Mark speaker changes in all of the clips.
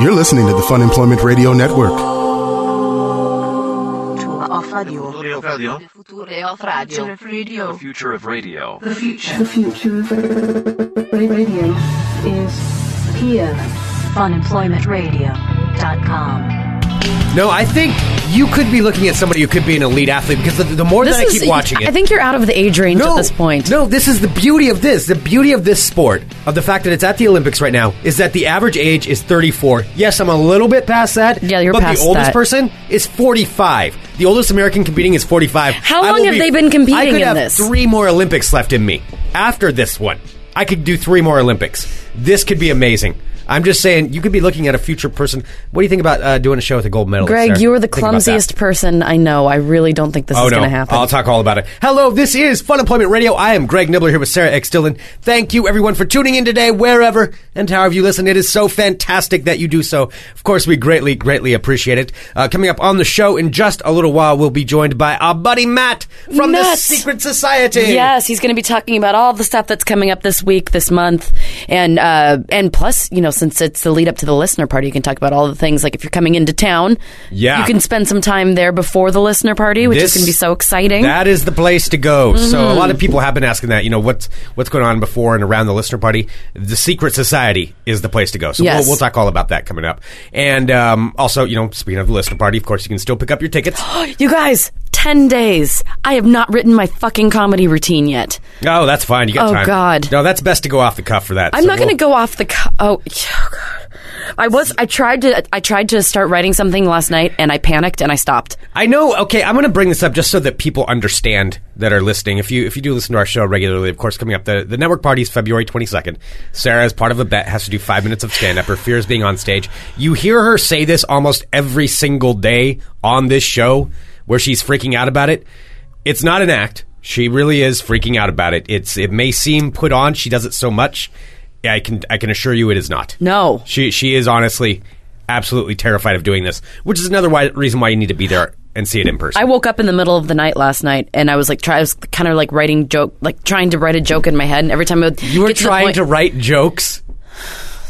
Speaker 1: You're listening to the Fun Employment Radio Network.
Speaker 2: Future of radio.
Speaker 3: Future of radio.
Speaker 2: Future of radio.
Speaker 3: The future of radio.
Speaker 4: The future of radio is here.
Speaker 2: Funemploymentradio.com.
Speaker 5: No, I think you could be looking at somebody who could be an elite athlete because the, the more that I keep watching it,
Speaker 6: I think you're out of the age range
Speaker 5: no,
Speaker 6: at this point.
Speaker 5: No, this is the beauty of this. The beauty of this sport, of the fact that it's at the Olympics right now, is that the average age is 34. Yes, I'm a little bit past that.
Speaker 6: Yeah, you're
Speaker 5: But
Speaker 6: past
Speaker 5: the oldest
Speaker 6: that.
Speaker 5: person is 45. The oldest American competing is 45.
Speaker 6: How
Speaker 5: I
Speaker 6: long
Speaker 5: will
Speaker 6: have they been competing
Speaker 5: I could
Speaker 6: in
Speaker 5: have
Speaker 6: this?
Speaker 5: Three more Olympics left in me after this one. I could do three more Olympics. This could be amazing. I'm just saying, you could be looking at a future person. What do you think about uh, doing a show with a gold medalist?
Speaker 6: Greg,
Speaker 5: there?
Speaker 6: you are the
Speaker 5: Think about that.
Speaker 6: clumsiest person I know. I really don't think this
Speaker 5: Oh
Speaker 6: is
Speaker 5: no!
Speaker 6: going to happen.
Speaker 5: I'll talk all about it. Hello, this is Fun Employment Radio. I am Greg Nibbler here with Sarah X Dillon. Thank you, everyone, for tuning in today, wherever and however you listen. It is so fantastic that you do so. Of course, we greatly, greatly appreciate it. Uh, coming up on the show in just a little while, we'll be joined by our buddy Matt from
Speaker 6: Matt.
Speaker 5: the Secret Society.
Speaker 6: Yes, he's going to be talking about all the stuff that's coming up this week, this month, and uh, and plus, you know, since it's the lead up to the listener party, you can talk about all the things. Like if you're coming into town,
Speaker 5: Yeah.
Speaker 6: you can spend some time there before the listener party, which
Speaker 5: This-
Speaker 6: is going to be so exciting.
Speaker 5: That is the place to go. So a
Speaker 6: Mm-hmm.
Speaker 5: lot of people have been asking that. You know what's what's going on before and around the listener party. The secret society is the place to go. So
Speaker 6: Yes.
Speaker 5: we'll, we'll talk all about that coming up. And um, also, you know, speaking of the listener party, of course, you can still pick up your tickets. oh,
Speaker 6: you guys, ten days. I have not written my fucking comedy routine yet.
Speaker 5: that's fine. You got
Speaker 6: Oh,
Speaker 5: time.
Speaker 6: God.
Speaker 5: no, that's best to go off the cuff for that.
Speaker 6: I'm
Speaker 5: So
Speaker 6: not going to
Speaker 5: we'll-
Speaker 6: go off the. Co- oh, yeah, God. I was. I tried to. I tried to start writing something last night, and I panicked and I stopped.
Speaker 5: I know. Okay, I'm going to bring this up just so that people understand that are listening. If you if you do listen to our show regularly, of course, coming up the the network party is February 22nd. Sarah, as part of a bet, has to do five minutes of stand up. Her fear is being on stage. You hear her say this almost every single day on this show, where she's freaking out about it. It's not an act. She really is freaking out about it. It's it may seem put on. She does it so much. I can I can assure you it is not.
Speaker 6: No.
Speaker 5: She she is honestly absolutely terrified of doing this, which is another why, reason why you need to be there and see it in person.
Speaker 6: I woke up in the middle of the night last night, and I was like, try, I was kind of like writing joke, like trying to write a joke in my head. And every time I would,
Speaker 5: you were
Speaker 6: get to the
Speaker 5: trying
Speaker 6: point-
Speaker 5: to write jokes.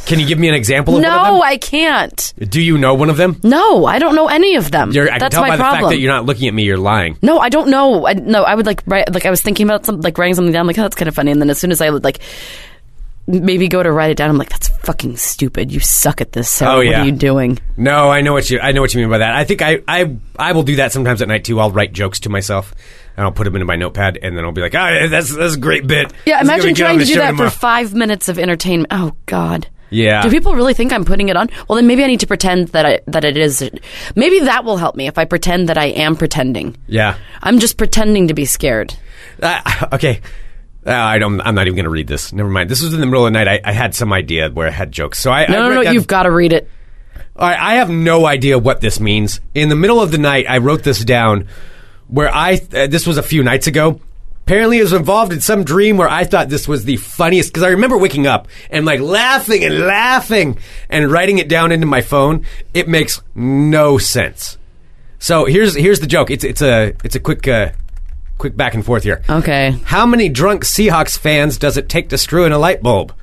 Speaker 5: Can you give me an example of one
Speaker 6: No,
Speaker 5: of
Speaker 6: I can't.
Speaker 5: them? Do you know one of them?
Speaker 6: No, I don't know any of them.
Speaker 5: You're, I can
Speaker 6: That's
Speaker 5: tell
Speaker 6: my
Speaker 5: by the
Speaker 6: problem.
Speaker 5: fact that you're not looking at me. You're lying.
Speaker 6: no, I don't know. I, no, I would like write, like I was thinking about some, like writing something down, like oh, that's kind of funny. And then as soon as I would like maybe go to write it down, I'm like, that's fucking stupid. You suck at this. Sarah.
Speaker 5: Oh, yeah.
Speaker 6: what are you doing?
Speaker 5: No, I know what you. I know what you mean by that. I think I, I, I will do that sometimes at night too. I'll write jokes to myself, and I'll put them into my notepad, and then I'll be like, "Ah, that's that's a great bit."
Speaker 6: Yeah,
Speaker 5: This is gonna be
Speaker 6: imagine
Speaker 5: good on
Speaker 6: trying to
Speaker 5: the
Speaker 6: do
Speaker 5: show
Speaker 6: that
Speaker 5: tomorrow."
Speaker 6: for five minutes of entertainment. Oh God.
Speaker 5: Yeah.
Speaker 6: Do people really think I'm putting it on? Well, then maybe I need to pretend that I, that it is. Maybe that will help me if I pretend that I am pretending.
Speaker 5: Yeah.
Speaker 6: I'm just pretending to be scared.
Speaker 5: Uh, okay. Uh, I don't, I'm not even going to read this. Never mind. This was in the middle of the night. I, I had some idea where I had jokes. So I
Speaker 6: No,
Speaker 5: I
Speaker 6: no,
Speaker 5: wrote
Speaker 6: no.
Speaker 5: down-
Speaker 6: You've got to read it.
Speaker 5: All right, I have no idea what this means. In the middle of the night, I wrote this down. Where I uh, this was a few nights ago. Apparently, it was involved in some dream where I thought this was the funniest because I remember waking up and like laughing and laughing and writing it down into my phone. It makes no sense. So here's here's the joke. It's it's a it's a quick uh, quick back and forth here.
Speaker 6: Okay.
Speaker 5: How many drunk Seahawks fans does it take to screw in a light bulb?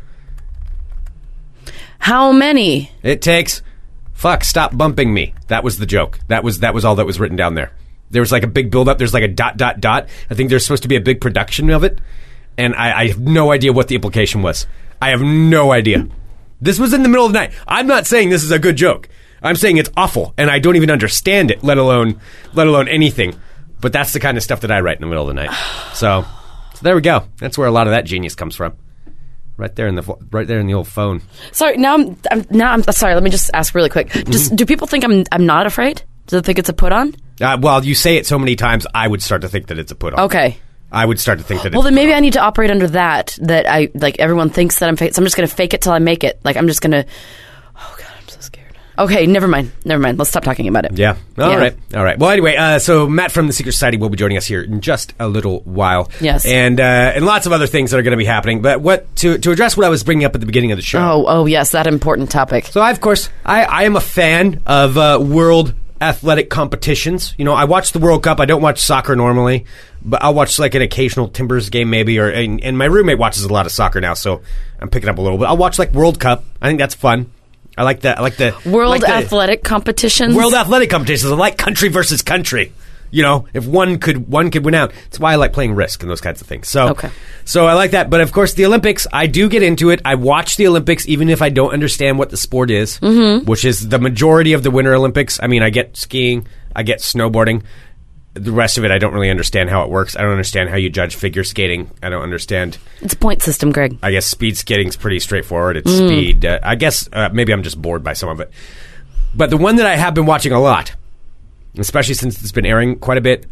Speaker 6: How many?
Speaker 5: It takes fuck stop bumping me. That was the joke. That was that was all that was written down there. There was like a big build up. There's like a dot dot dot. I think there's supposed to be a big production of it, and I, I have no idea what the implication was. I have no idea. This was in the middle of the night. I'm not saying this is a good joke. I'm saying it's awful, and I don't even understand it, let alone let alone anything. But that's the kind of stuff that I write in the middle of the night. So, so there we go. That's where a lot of that genius comes from. Right there in the fo- right there in the old phone.
Speaker 6: Sorry. Now I'm, I'm. Now I'm. Sorry. Let me just ask really quick.
Speaker 5: Mm-hmm.
Speaker 6: Just do people think I'm? I'm not afraid. Do they think it's a put on?
Speaker 5: Uh, well, you say it so many times, I would start to think that it's a put on.
Speaker 6: Okay.
Speaker 5: I would start to think that.
Speaker 6: Well,
Speaker 5: it's
Speaker 6: then maybe I need to operate under that. That I like everyone thinks that I'm fake. So I'm just gonna fake it till I make it. Like I'm just gonna. Oh god, I'm so scared. Okay, never mind. Never mind. Let's stop talking about it.
Speaker 5: Yeah. All
Speaker 6: Yeah.
Speaker 5: right. All right. Well, anyway, uh, so Matt from the Secret Society will be joining us here in just a little while.
Speaker 6: Yes.
Speaker 5: And uh, and lots of other things that are going to be happening. But what to to address what I was bringing up at the beginning of the show.
Speaker 6: Oh, oh yes, that important topic.
Speaker 5: So I, of course, I, I am a fan of uh, world athletic competitions. You know, I watch the World Cup. I don't watch soccer normally, but I'll watch like an occasional Timbers game maybe. Or and, and my roommate watches a lot of soccer now, so I'm picking up a little. But I'll watch like World Cup. I think that's fun. I like that. I like the
Speaker 6: World
Speaker 5: like the-
Speaker 6: athletic competitions.
Speaker 5: World athletic competitions. I like country versus country. You know, if one could one could win out. That's why I like playing risk and those kinds of things. So
Speaker 6: Okay.
Speaker 5: so I like that. But of course, the Olympics. I do get into it. I watch the Olympics, even if I don't understand what the sport is, which is the majority of the Winter Olympics. I mean, I get skiing, I get snowboarding. The rest of it, I don't really understand how it works. I don't understand how you judge figure skating. I don't understand.
Speaker 6: It's a point system, Greg.
Speaker 5: I guess speed skating's pretty straightforward. It's
Speaker 6: Mm.
Speaker 5: speed. Uh, I guess uh, maybe I'm just bored by some of it. But the one that I have been watching a lot, especially since it's been airing quite a bit,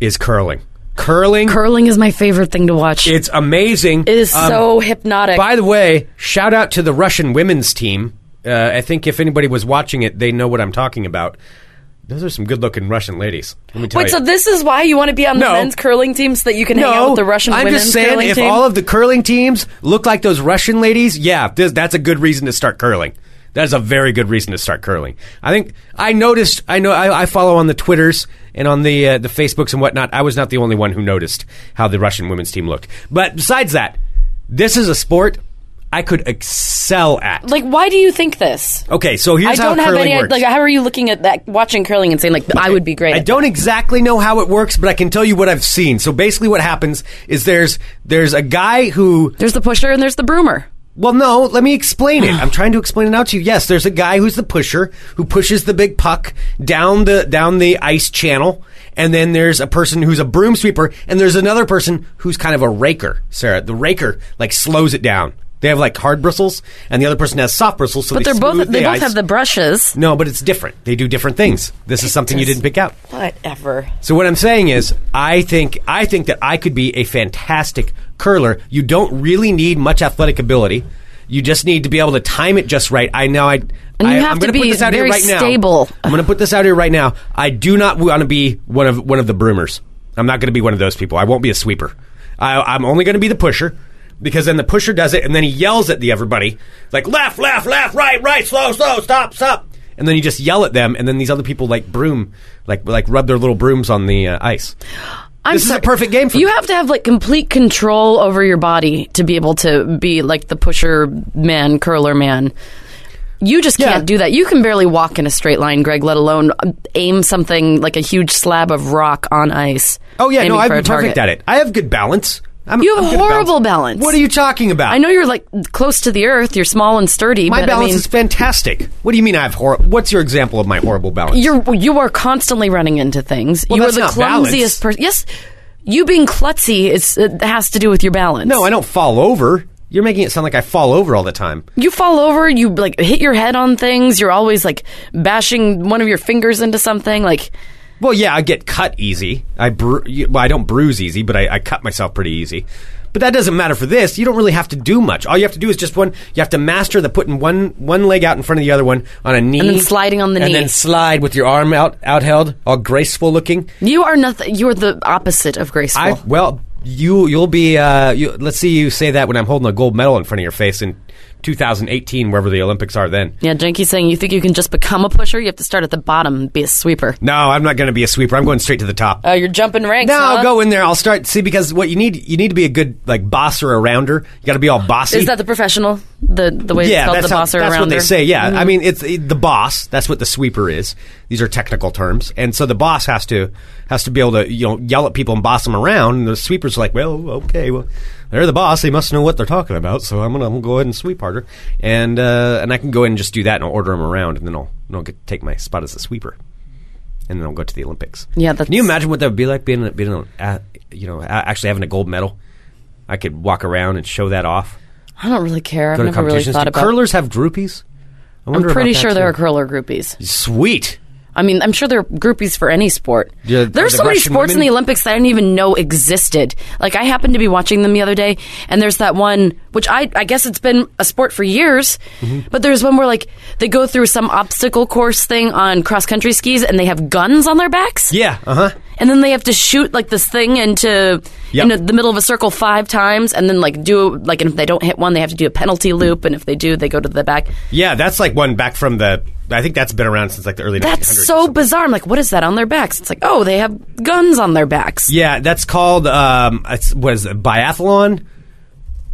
Speaker 5: is curling. Curling.
Speaker 6: Curling is my favorite thing to watch.
Speaker 5: it's amazing.
Speaker 6: it is
Speaker 5: Um,
Speaker 6: so hypnotic.
Speaker 5: By the way, shout out to the Russian women's team. Uh, I think if anybody was watching it, they know what I'm talking about. Those are some good-looking Russian ladies. Let me tell
Speaker 6: Wait,
Speaker 5: you.
Speaker 6: so this is why you want to be on
Speaker 5: No.
Speaker 6: the men's curling team so that you can hang out with the Russian
Speaker 5: I'm
Speaker 6: women's
Speaker 5: just saying,
Speaker 6: curling
Speaker 5: if
Speaker 6: team?
Speaker 5: all of the curling teams look like those Russian ladies, yeah, this, that's a good reason to start curling. That is a very good reason to start curling. I think I noticed. I know I, I follow on the Twitters and on the uh, the Facebooks and whatnot. I was not the only one who noticed how the Russian women's team looked. But besides that, this is a sport I could excel at.
Speaker 6: like, why do you think this?
Speaker 5: okay, so here's
Speaker 6: I don't
Speaker 5: how
Speaker 6: have
Speaker 5: curling
Speaker 6: any.
Speaker 5: works.
Speaker 6: Like, how are you looking at that? Watching curling and saying like, I would be great.
Speaker 5: I
Speaker 6: at
Speaker 5: don't exactly know how it works, but I can tell you what I've seen. So basically, what happens is there's there's a guy who
Speaker 6: There's the pusher and there's the broomer.
Speaker 5: Well, no, let me explain it. I'm trying to explain it out to you. Yes, there's a guy who's the pusher who pushes the big puck down the down the ice channel, and then there's a person who's a broom sweeper, and there's another person who's kind of a raker. Sarah, the raker like slows it down. They have like hard bristles, and the other person has soft bristles. So
Speaker 6: But
Speaker 5: they
Speaker 6: they're both.
Speaker 5: smooth
Speaker 6: They
Speaker 5: the
Speaker 6: both
Speaker 5: ice.
Speaker 6: have the brushes.
Speaker 5: no, but it's different. They do different things. This is something you
Speaker 6: just-
Speaker 5: didn't pick out.
Speaker 6: Whatever.
Speaker 5: So what I'm saying is, I think I think that I could be a fantastic curler. You don't really need much athletic ability. You just need to be able to time it just right. I know. I.
Speaker 6: And
Speaker 5: I,
Speaker 6: you have
Speaker 5: am
Speaker 6: to
Speaker 5: gonna put
Speaker 6: be
Speaker 5: this out
Speaker 6: very
Speaker 5: here right
Speaker 6: stable.
Speaker 5: Now. I'm going to put this out here right now. I do not want to be one of one of the broomers. I'm not going to be one of those people. I won't be a sweeper. I, I'm only going to be the pusher because then the pusher does it and then he yells at the everybody like left, left, left, right, right, slow, slow, stop, stop, and then you just yell at them and then these other people like broom, like like rub their little brooms on the uh, ice.
Speaker 6: I'm
Speaker 5: This is a
Speaker 6: sorry.
Speaker 5: perfect game for
Speaker 6: you.
Speaker 5: me.
Speaker 6: Have to have like complete control over your body to be able to be like the pusher man, curler man. You just
Speaker 5: Yeah.
Speaker 6: can't do that. You can barely walk in a straight line, Greg. Let alone um, aim something like a huge slab of rock on ice.
Speaker 5: Oh yeah,
Speaker 6: aiming
Speaker 5: no, I'm
Speaker 6: for a
Speaker 5: perfect
Speaker 6: target.
Speaker 5: at it. I have good balance. I'm,
Speaker 6: You have
Speaker 5: I'm good at
Speaker 6: horrible balance.
Speaker 5: What are you talking about?
Speaker 6: I know you're like close to the earth. You're small and sturdy.
Speaker 5: My
Speaker 6: but,
Speaker 5: balance
Speaker 6: I mean,
Speaker 5: is fantastic. What do you mean I have horrible? What's your example of my horrible balance?
Speaker 6: You're you are constantly running into things.
Speaker 5: Well,
Speaker 6: you
Speaker 5: that's
Speaker 6: are the
Speaker 5: not balance.
Speaker 6: clumsiest person. Yes, you being klutzy is it has to do with your balance.
Speaker 5: no, I don't fall over. You're making it sound like I fall over all the time.
Speaker 6: you fall over. You like hit your head on things. You're always like bashing one of your fingers into something. Like
Speaker 5: Well, yeah, I get cut easy. I bru- you- well, I don't bruise easy, but I, I cut myself pretty easy. But that doesn't matter for this. You don't really have to do much. All you have to do is just one. You have to master the putting one one leg out in front of the other one on a knee,
Speaker 6: then sliding on the
Speaker 5: and
Speaker 6: knee.
Speaker 5: then slide with your arm out out held, all graceful looking.
Speaker 6: you are nothing. You are the opposite of graceful.
Speaker 5: I well, you you'll be. Uh, you, let's see you say that when I'm holding a gold medal in front of your face in 2018, wherever the Olympics are then.
Speaker 6: yeah, Janky's saying you think you can just become a pusher. You have to start at the bottom, and be a sweeper.
Speaker 5: No, I'm not going to be a sweeper. I'm going straight to the top.
Speaker 6: Oh, you're jumping ranks.
Speaker 5: No,
Speaker 6: huh?
Speaker 5: I'll go in there. I'll start. See, because what you need, you need to be a good like boss or a rounder. You got to be all bossy.
Speaker 6: Is that the professional? The the way
Speaker 5: yeah,
Speaker 6: it's called
Speaker 5: that's,
Speaker 6: the Mm-hmm.
Speaker 5: how-
Speaker 6: boss or
Speaker 5: that's
Speaker 6: around
Speaker 5: what they say. Yeah, I mean, it's it, the boss. That's what the sweeper is. These are technical terms, and so the boss has to has to be able to you know yell at people and boss them around. And the sweepers like, well, okay, well, they're the boss. They must know what they're talking about. So I'm gonna, I'm gonna go ahead and sweep harder, and uh, and I can go in and just do that, and I'll order them around, and then I'll and I'll get, take my spot as a sweeper, and then I'll go to the Olympics.
Speaker 6: Yeah, that's-
Speaker 5: can you imagine what that would be like being being uh, you know a- actually having a gold medal? I could walk around and show that off
Speaker 6: I don't really care. I've
Speaker 5: go to
Speaker 6: never really
Speaker 5: competitions.
Speaker 6: thought
Speaker 5: Do
Speaker 6: about.
Speaker 5: curlers have groupies? I
Speaker 6: I'm
Speaker 5: wonder
Speaker 6: pretty
Speaker 5: about that,
Speaker 6: sure there are
Speaker 5: too.
Speaker 6: curler groupies.
Speaker 5: Sweet.
Speaker 6: I mean, I'm sure there are groupies for any sport.
Speaker 5: Yeah,
Speaker 6: There's
Speaker 5: the
Speaker 6: so many
Speaker 5: Russian
Speaker 6: sports in
Speaker 5: women-
Speaker 6: the Olympics that I didn't even know existed. Like I happened to be watching them the other day, and there's that one which I I guess it's been a sport for years,
Speaker 5: Mm-hmm.
Speaker 6: but there's one where like they go through some obstacle course thing on cross country skis, and they have guns on their backs,
Speaker 5: Yeah. Uh huh.
Speaker 6: and then they have to shoot like this thing into
Speaker 5: Yep.
Speaker 6: into the middle of a circle five times, and then like do like and if they don't hit one, they have to do a penalty loop, and if they do, they go to the back.
Speaker 5: Yeah, that's like one back from the. I think that's been around since like the early. 1900s or
Speaker 6: That's so
Speaker 5: something.
Speaker 6: bizarre. I'm like, what is that on their backs? It's like, oh, they have guns on their backs.
Speaker 5: Yeah, that's called um, it's, what is it, biathlon?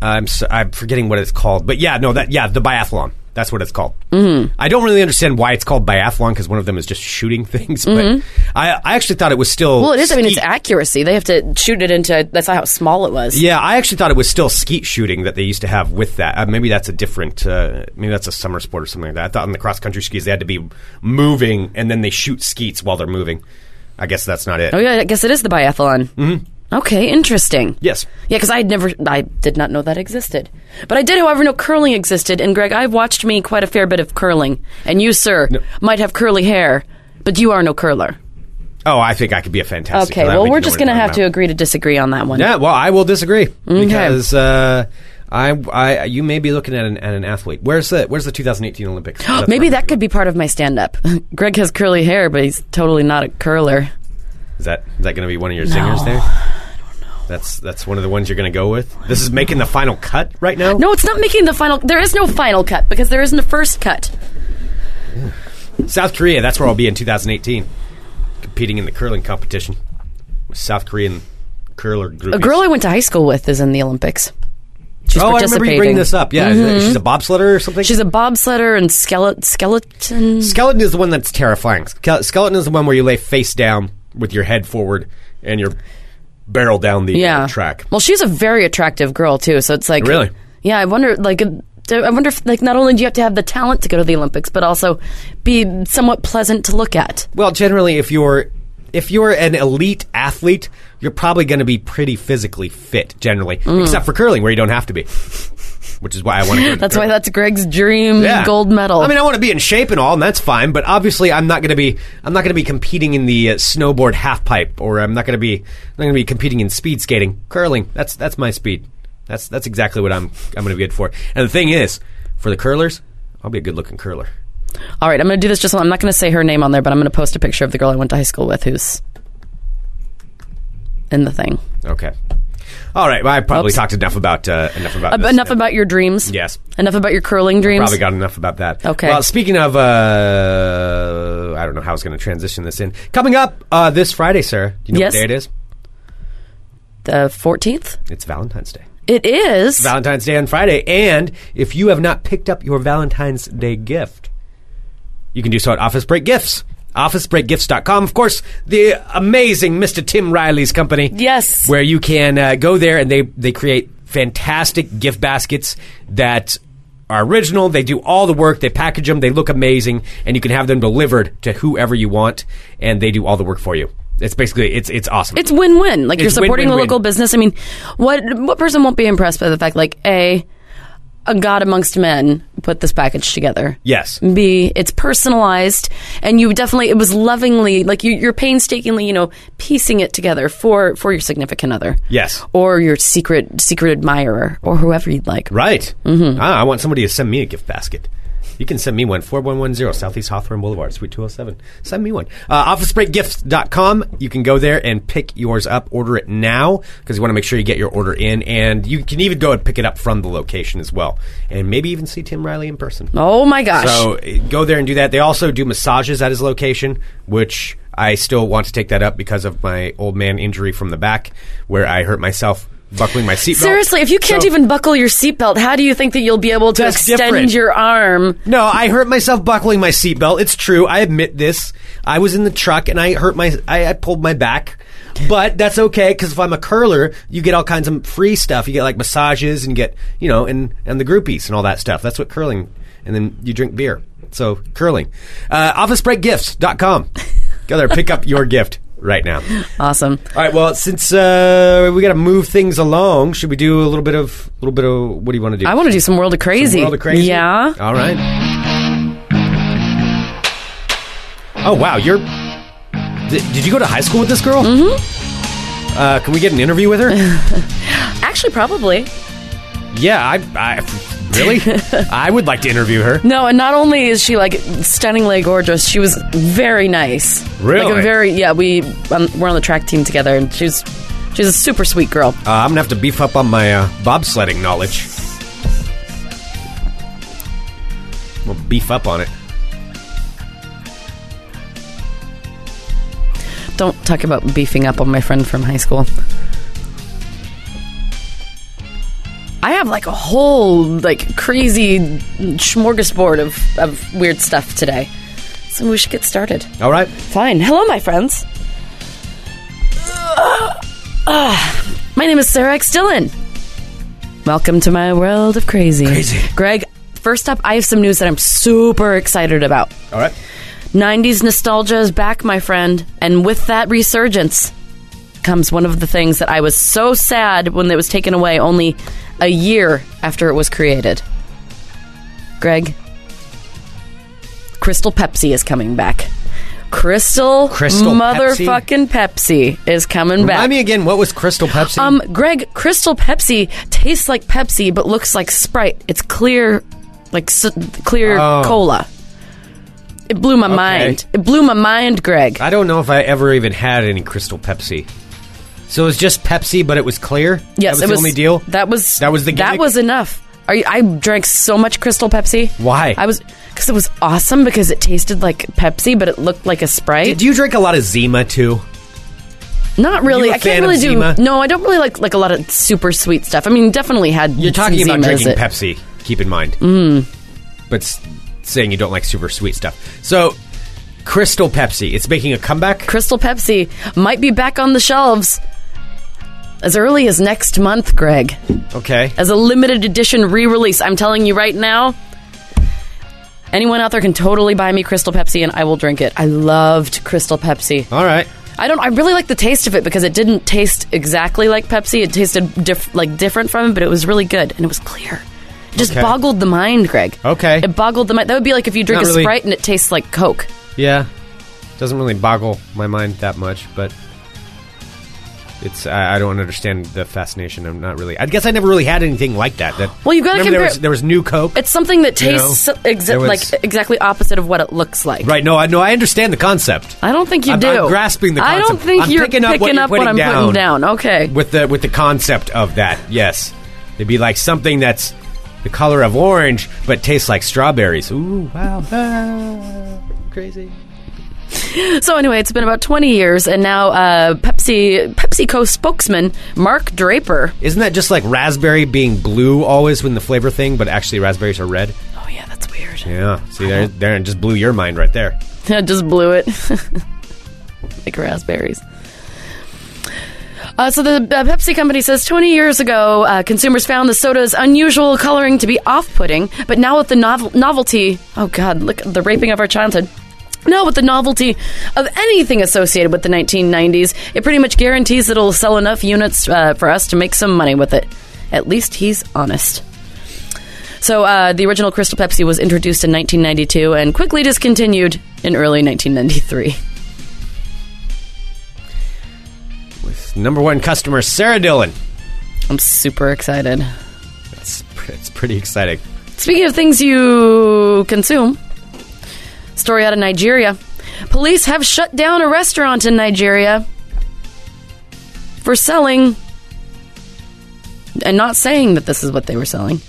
Speaker 5: I'm so, I'm forgetting what it's called, but yeah, no, that yeah, the biathlon. That's what it's called. Mm-hmm. I don't really understand why it's called biathlon because one of them is just shooting things. But I, I actually thought it was still
Speaker 6: Mm-hmm. Well, it is. I mean, it's
Speaker 5: skeet-
Speaker 6: accuracy. They have to shoot it into. That's not how small it was.
Speaker 5: yeah. I actually thought it was still skeet shooting that they used to have with that. Uh, maybe that's a different. Uh, maybe that's a summer sport or something like that. I thought on the cross country skis they had to be moving and then they shoot skeets while they're moving. I guess that's not it.
Speaker 6: Oh yeah, I guess it is the biathlon. Mm-hmm. Okay, interesting.
Speaker 5: Yes.
Speaker 6: Yeah, because I had never, I did not know that existed. But I did, however, know curling existed. And Greg, I've watched me quite a fair bit of curling. And you, sir, might have curly hair, but you are no curler.
Speaker 5: Oh, I think I could be a fantastic.
Speaker 6: Okay,
Speaker 5: I don't
Speaker 6: well,
Speaker 5: think
Speaker 6: we're
Speaker 5: you know
Speaker 6: just
Speaker 5: what
Speaker 6: going to
Speaker 5: I'm
Speaker 6: have
Speaker 5: talking
Speaker 6: to
Speaker 5: about.
Speaker 6: agree to disagree on that one.
Speaker 5: Yeah, well, I will disagree because uh, I, I, you may be looking at an, at an athlete. Where's the Where's the 2018 Olympics? That's
Speaker 6: Maybe
Speaker 5: where I'm
Speaker 6: that could be part of my stand up. Greg has curly hair, but he's totally not a curler.
Speaker 5: Is that is that going to be one of your zingers there? That's that's one of the ones you're going to go with. This is making the final cut right now.
Speaker 6: No, it's not making the final. There is no final cut because there isn't a first cut.
Speaker 5: South Korea. That's where I'll be in 2018, competing in the curling competition. With South Korean curler group.
Speaker 6: A girl I went to high school with is in the Olympics. She's
Speaker 5: Oh, I remember
Speaker 6: participating. Mm-hmm.
Speaker 5: you bringing this up. Yeah, is that- she's a bobsledder or something.
Speaker 6: She's a bobsledder and skele- skeleton.
Speaker 5: Skeleton is the one that's terrifying. Ske- Skeleton is the one where you lay face down with your head forward and you're barrel down the uh,
Speaker 6: yeah.
Speaker 5: track.
Speaker 6: Well, she's a very attractive girl too, so it's like
Speaker 5: Really?
Speaker 6: Yeah, I wonder like uh, I wonder if like not only do you have to have the talent to go to the Olympics, but also be somewhat pleasant to look at.
Speaker 5: Well, generally, if you're if you're an elite athlete, you're probably going to be pretty physically fit. Generally,
Speaker 6: Mm.
Speaker 5: except for curling, where you don't have to be, which is why I want to.
Speaker 6: That's why that's Greg's dream gold medal.
Speaker 5: I mean, I want to be in shape and all, and that's fine. But obviously, I'm not going to be. I'm not going to be competing in the uh, snowboard half pipe, or I'm not going to be. I'm not going to be competing in speed skating, curling. That's that's my speed. That's that's exactly what I'm. I'm going to be good for. And the thing is, for the curlers, I'll be a good looking curler.
Speaker 6: All right, I'm going to do this just I'm not going to say her name on there, but I'm going to post a picture of the girl I went to high school with who's in the thing.
Speaker 5: Okay. All right. Well, I probably
Speaker 6: Oops.
Speaker 5: talked enough about uh, enough about
Speaker 6: Uh,
Speaker 5: this.
Speaker 6: enough about your dreams.
Speaker 5: Yes.
Speaker 6: Enough about your curling dreams.
Speaker 5: Probably got enough about that.
Speaker 6: Okay.
Speaker 5: Well, speaking of, uh, I don't know how I was going to transition this in. Coming up uh, this Friday, Sarah. Do you know
Speaker 6: Yes.
Speaker 5: what day it is?
Speaker 6: the 14th.
Speaker 5: It's Valentine's Day.
Speaker 6: It is.
Speaker 5: Valentine's Day on Friday. And if you have not picked up your Valentine's Day gift, you can do so at Office Break Gifts. OfficeBreakGifts.com. Of course, the amazing Mr. Tim Riley's company.
Speaker 6: Yes.
Speaker 5: Where you can uh, go there and they, they create fantastic gift baskets that are original. They do all the work. They package them. They look amazing. And you can have them delivered to whoever you want. And they do all the work for you. It's basically, it's, it's awesome.
Speaker 6: it's win-win. Like you're
Speaker 5: It's
Speaker 6: supporting the
Speaker 5: win-win-win.
Speaker 6: local business. I mean, what what person won't be impressed by the fact like a a god amongst men put this package together.
Speaker 5: yes.
Speaker 6: B, it's personalized, and you definitely it was lovingly like you, you're painstakingly you know piecing it together for for your significant other.
Speaker 5: Yes.
Speaker 6: Or your secret secret admirer or whoever you'd like.
Speaker 5: Right. Mm-hmm. Ah, I want somebody to send me a gift basket. You can send me one, 4110 Southeast Hawthorne Boulevard, Suite 207. Send me one. Uh, OfficeBreakGifts.com. You can go there and pick yours up. Order it now because you want to make sure you get your order in. And you can even go and pick it up from the location as well. And maybe even see Tim Riley in person.
Speaker 6: Oh my gosh.
Speaker 5: So uh, go there and do that. They also do massages at his location, which I still want to take that up because of my old man injury from the back where I hurt myself buckling my seatbelt.
Speaker 6: Seriously, if you can't
Speaker 5: So-
Speaker 6: even buckle your seatbelt, how do you think that you'll be able to
Speaker 5: That's
Speaker 6: extend
Speaker 5: different.
Speaker 6: your arm?
Speaker 5: No, I hurt myself buckling my seatbelt. It's true. I admit this. I was in the truck and I hurt my. I, I pulled my back, but that's okay because if I'm a curler, you get all kinds of free stuff. You get like massages and you get you know and and the groupies and all that stuff. That's what curling. And then you drink beer. So curling. Uh, OfficeBreakGifts.com. Go there, pick up your gift right now.
Speaker 6: Awesome.
Speaker 5: All right. Well, since uh, we got to move things along, should we do a little bit of a little bit of what do you want to do?
Speaker 6: I want to do some world of crazy.
Speaker 5: World of Crazy?
Speaker 6: Yeah.
Speaker 5: All right. Oh wow, you're. Did, did you go to high school with this girl? Mm-hmm. Uh, can we get an interview with her?
Speaker 6: Actually, probably.
Speaker 5: yeah, I. I really? I would like to interview her. Uh,
Speaker 6: No, and not only is she like stunningly gorgeous, she was very nice.
Speaker 5: Really?
Speaker 6: Like a very yeah. We um, we're on the track team together, and she's she's a super sweet girl.
Speaker 5: Uh, I'm gonna have to beef up on my uh, bobsledding knowledge. We'll beef up on it.
Speaker 6: Don't talk about beefing up on my friend from high school. I have like a whole like crazy smorgasbord of, of weird stuff today. So we should get started.
Speaker 5: All right.
Speaker 6: Fine. Hello, my friends. Ah, my name is Sarah X. Dillon. Welcome to my world of crazy.
Speaker 5: Crazy.
Speaker 6: Greg, first up, I have some news that I'm super excited about.
Speaker 5: All right.
Speaker 6: 90s nostalgia is back, my friend, and with that resurgence comes one of the things that I was so sad when it was taken away only a year after it was created. Greg, Crystal Pepsi is coming back. Crystal,
Speaker 5: Crystal Pepsi?
Speaker 6: motherfucking Pepsi? is coming back.
Speaker 5: Remind me again, what was Crystal Pepsi?
Speaker 6: Um, Greg, Crystal Pepsi tastes like Pepsi but looks like Sprite. It's clear, like s- clear
Speaker 5: Oh.
Speaker 6: cola. It blew my mind. It blew my mind, Greg.
Speaker 5: I don't know if I ever even had any Crystal Pepsi. So it was just Pepsi, but it was clear. that
Speaker 6: yes,
Speaker 5: was
Speaker 6: it
Speaker 5: the
Speaker 6: was
Speaker 5: only deal.
Speaker 6: That was
Speaker 5: That was the
Speaker 6: that
Speaker 5: gimmick?
Speaker 6: was enough. Are you, I drank so much Crystal Pepsi.
Speaker 5: Why?
Speaker 6: I was because it was awesome because it tasted like Pepsi but it looked like a Sprite.
Speaker 5: Did you drink a lot of Zima too?
Speaker 6: Not really.
Speaker 5: you a
Speaker 6: I
Speaker 5: fan
Speaker 6: can't
Speaker 5: of
Speaker 6: really do.
Speaker 5: Zima?
Speaker 6: No, I don't really like like a lot of super sweet stuff. I mean, definitely had.
Speaker 5: You're talking
Speaker 6: some
Speaker 5: about
Speaker 6: Zimas
Speaker 5: drinking
Speaker 6: that-
Speaker 5: Pepsi. Keep in mind, mm.
Speaker 6: Mm-hmm.
Speaker 5: but s- saying you don't like super sweet stuff. So Crystal Pepsi, it's making a comeback.
Speaker 6: Crystal Pepsi might be back on the shelves as early as next month, Greg,
Speaker 5: Okay,
Speaker 6: as a limited edition re release. I'm telling you right now, anyone out there can totally buy me Crystal Pepsi and I will drink it. I loved Crystal Pepsi.
Speaker 5: all right.
Speaker 6: I don't, I really like the taste of it because it didn't taste exactly like Pepsi. It tasted diff, like different from it, but it was really good and it was clear. It just
Speaker 5: Okay.
Speaker 6: boggled the mind, Greg.
Speaker 5: Okay.
Speaker 6: It boggled the mind. That would be like if you drink
Speaker 5: Not
Speaker 6: a
Speaker 5: really.
Speaker 6: Sprite and it tastes like Coke.
Speaker 5: Yeah, doesn't really boggle my mind that much, but it's I, I don't understand the fascination. I'm not really. I guess I never really had anything like that. That
Speaker 6: Well, you've gotta
Speaker 5: Remember There
Speaker 6: compare-
Speaker 5: was, there was new Coke.
Speaker 6: It's something that
Speaker 5: You know,
Speaker 6: tastes exa-
Speaker 5: there was-
Speaker 6: like exactly opposite of what it looks like.
Speaker 5: Right. No, I no, I understand the concept
Speaker 6: I don't think you
Speaker 5: I'm-
Speaker 6: do.
Speaker 5: I'm grasping the
Speaker 6: I don't
Speaker 5: concept.
Speaker 6: think
Speaker 5: I'm
Speaker 6: you're
Speaker 5: picking up what you're putting
Speaker 6: I'm putting
Speaker 5: down.
Speaker 6: down. Okay.
Speaker 5: with the with the concept of that. Yes, it'd be like something that's the color of orange but tastes like strawberries. Ooh, wow, ah, crazy.
Speaker 6: So anyway, it's been about 20 years, and now uh, Pepsi PepsiCo spokesman Mark Draper.
Speaker 5: Isn't that just like raspberry being blue always when the flavor thing, but actually raspberries are red?
Speaker 6: Oh yeah, that's weird.
Speaker 5: Yeah. See,
Speaker 6: Uh-huh.
Speaker 5: there, Darren just blew your mind right there.
Speaker 6: I just blew it. like raspberries. Uh, so the uh, Pepsi company says 20 years ago, uh, consumers found the soda's unusual coloring to be off-putting, but now with the novel- novelty, oh god, look at the raping of our childhood. Now with the novelty of anything associated with the 1990s, it pretty much guarantees it'll sell enough units uh, for us to make some money with it. At least he's honest. So uh, the original Crystal Pepsi was introduced in 1992 and quickly discontinued in early 1993.
Speaker 5: Number one customer, Sarah Dillon.
Speaker 6: I'm super excited.
Speaker 5: That's pr- it's pretty exciting.
Speaker 6: Speaking of things you consume, story out of Nigeria. Police have shut down a restaurant in Nigeria for selling and not saying that this is what they were selling.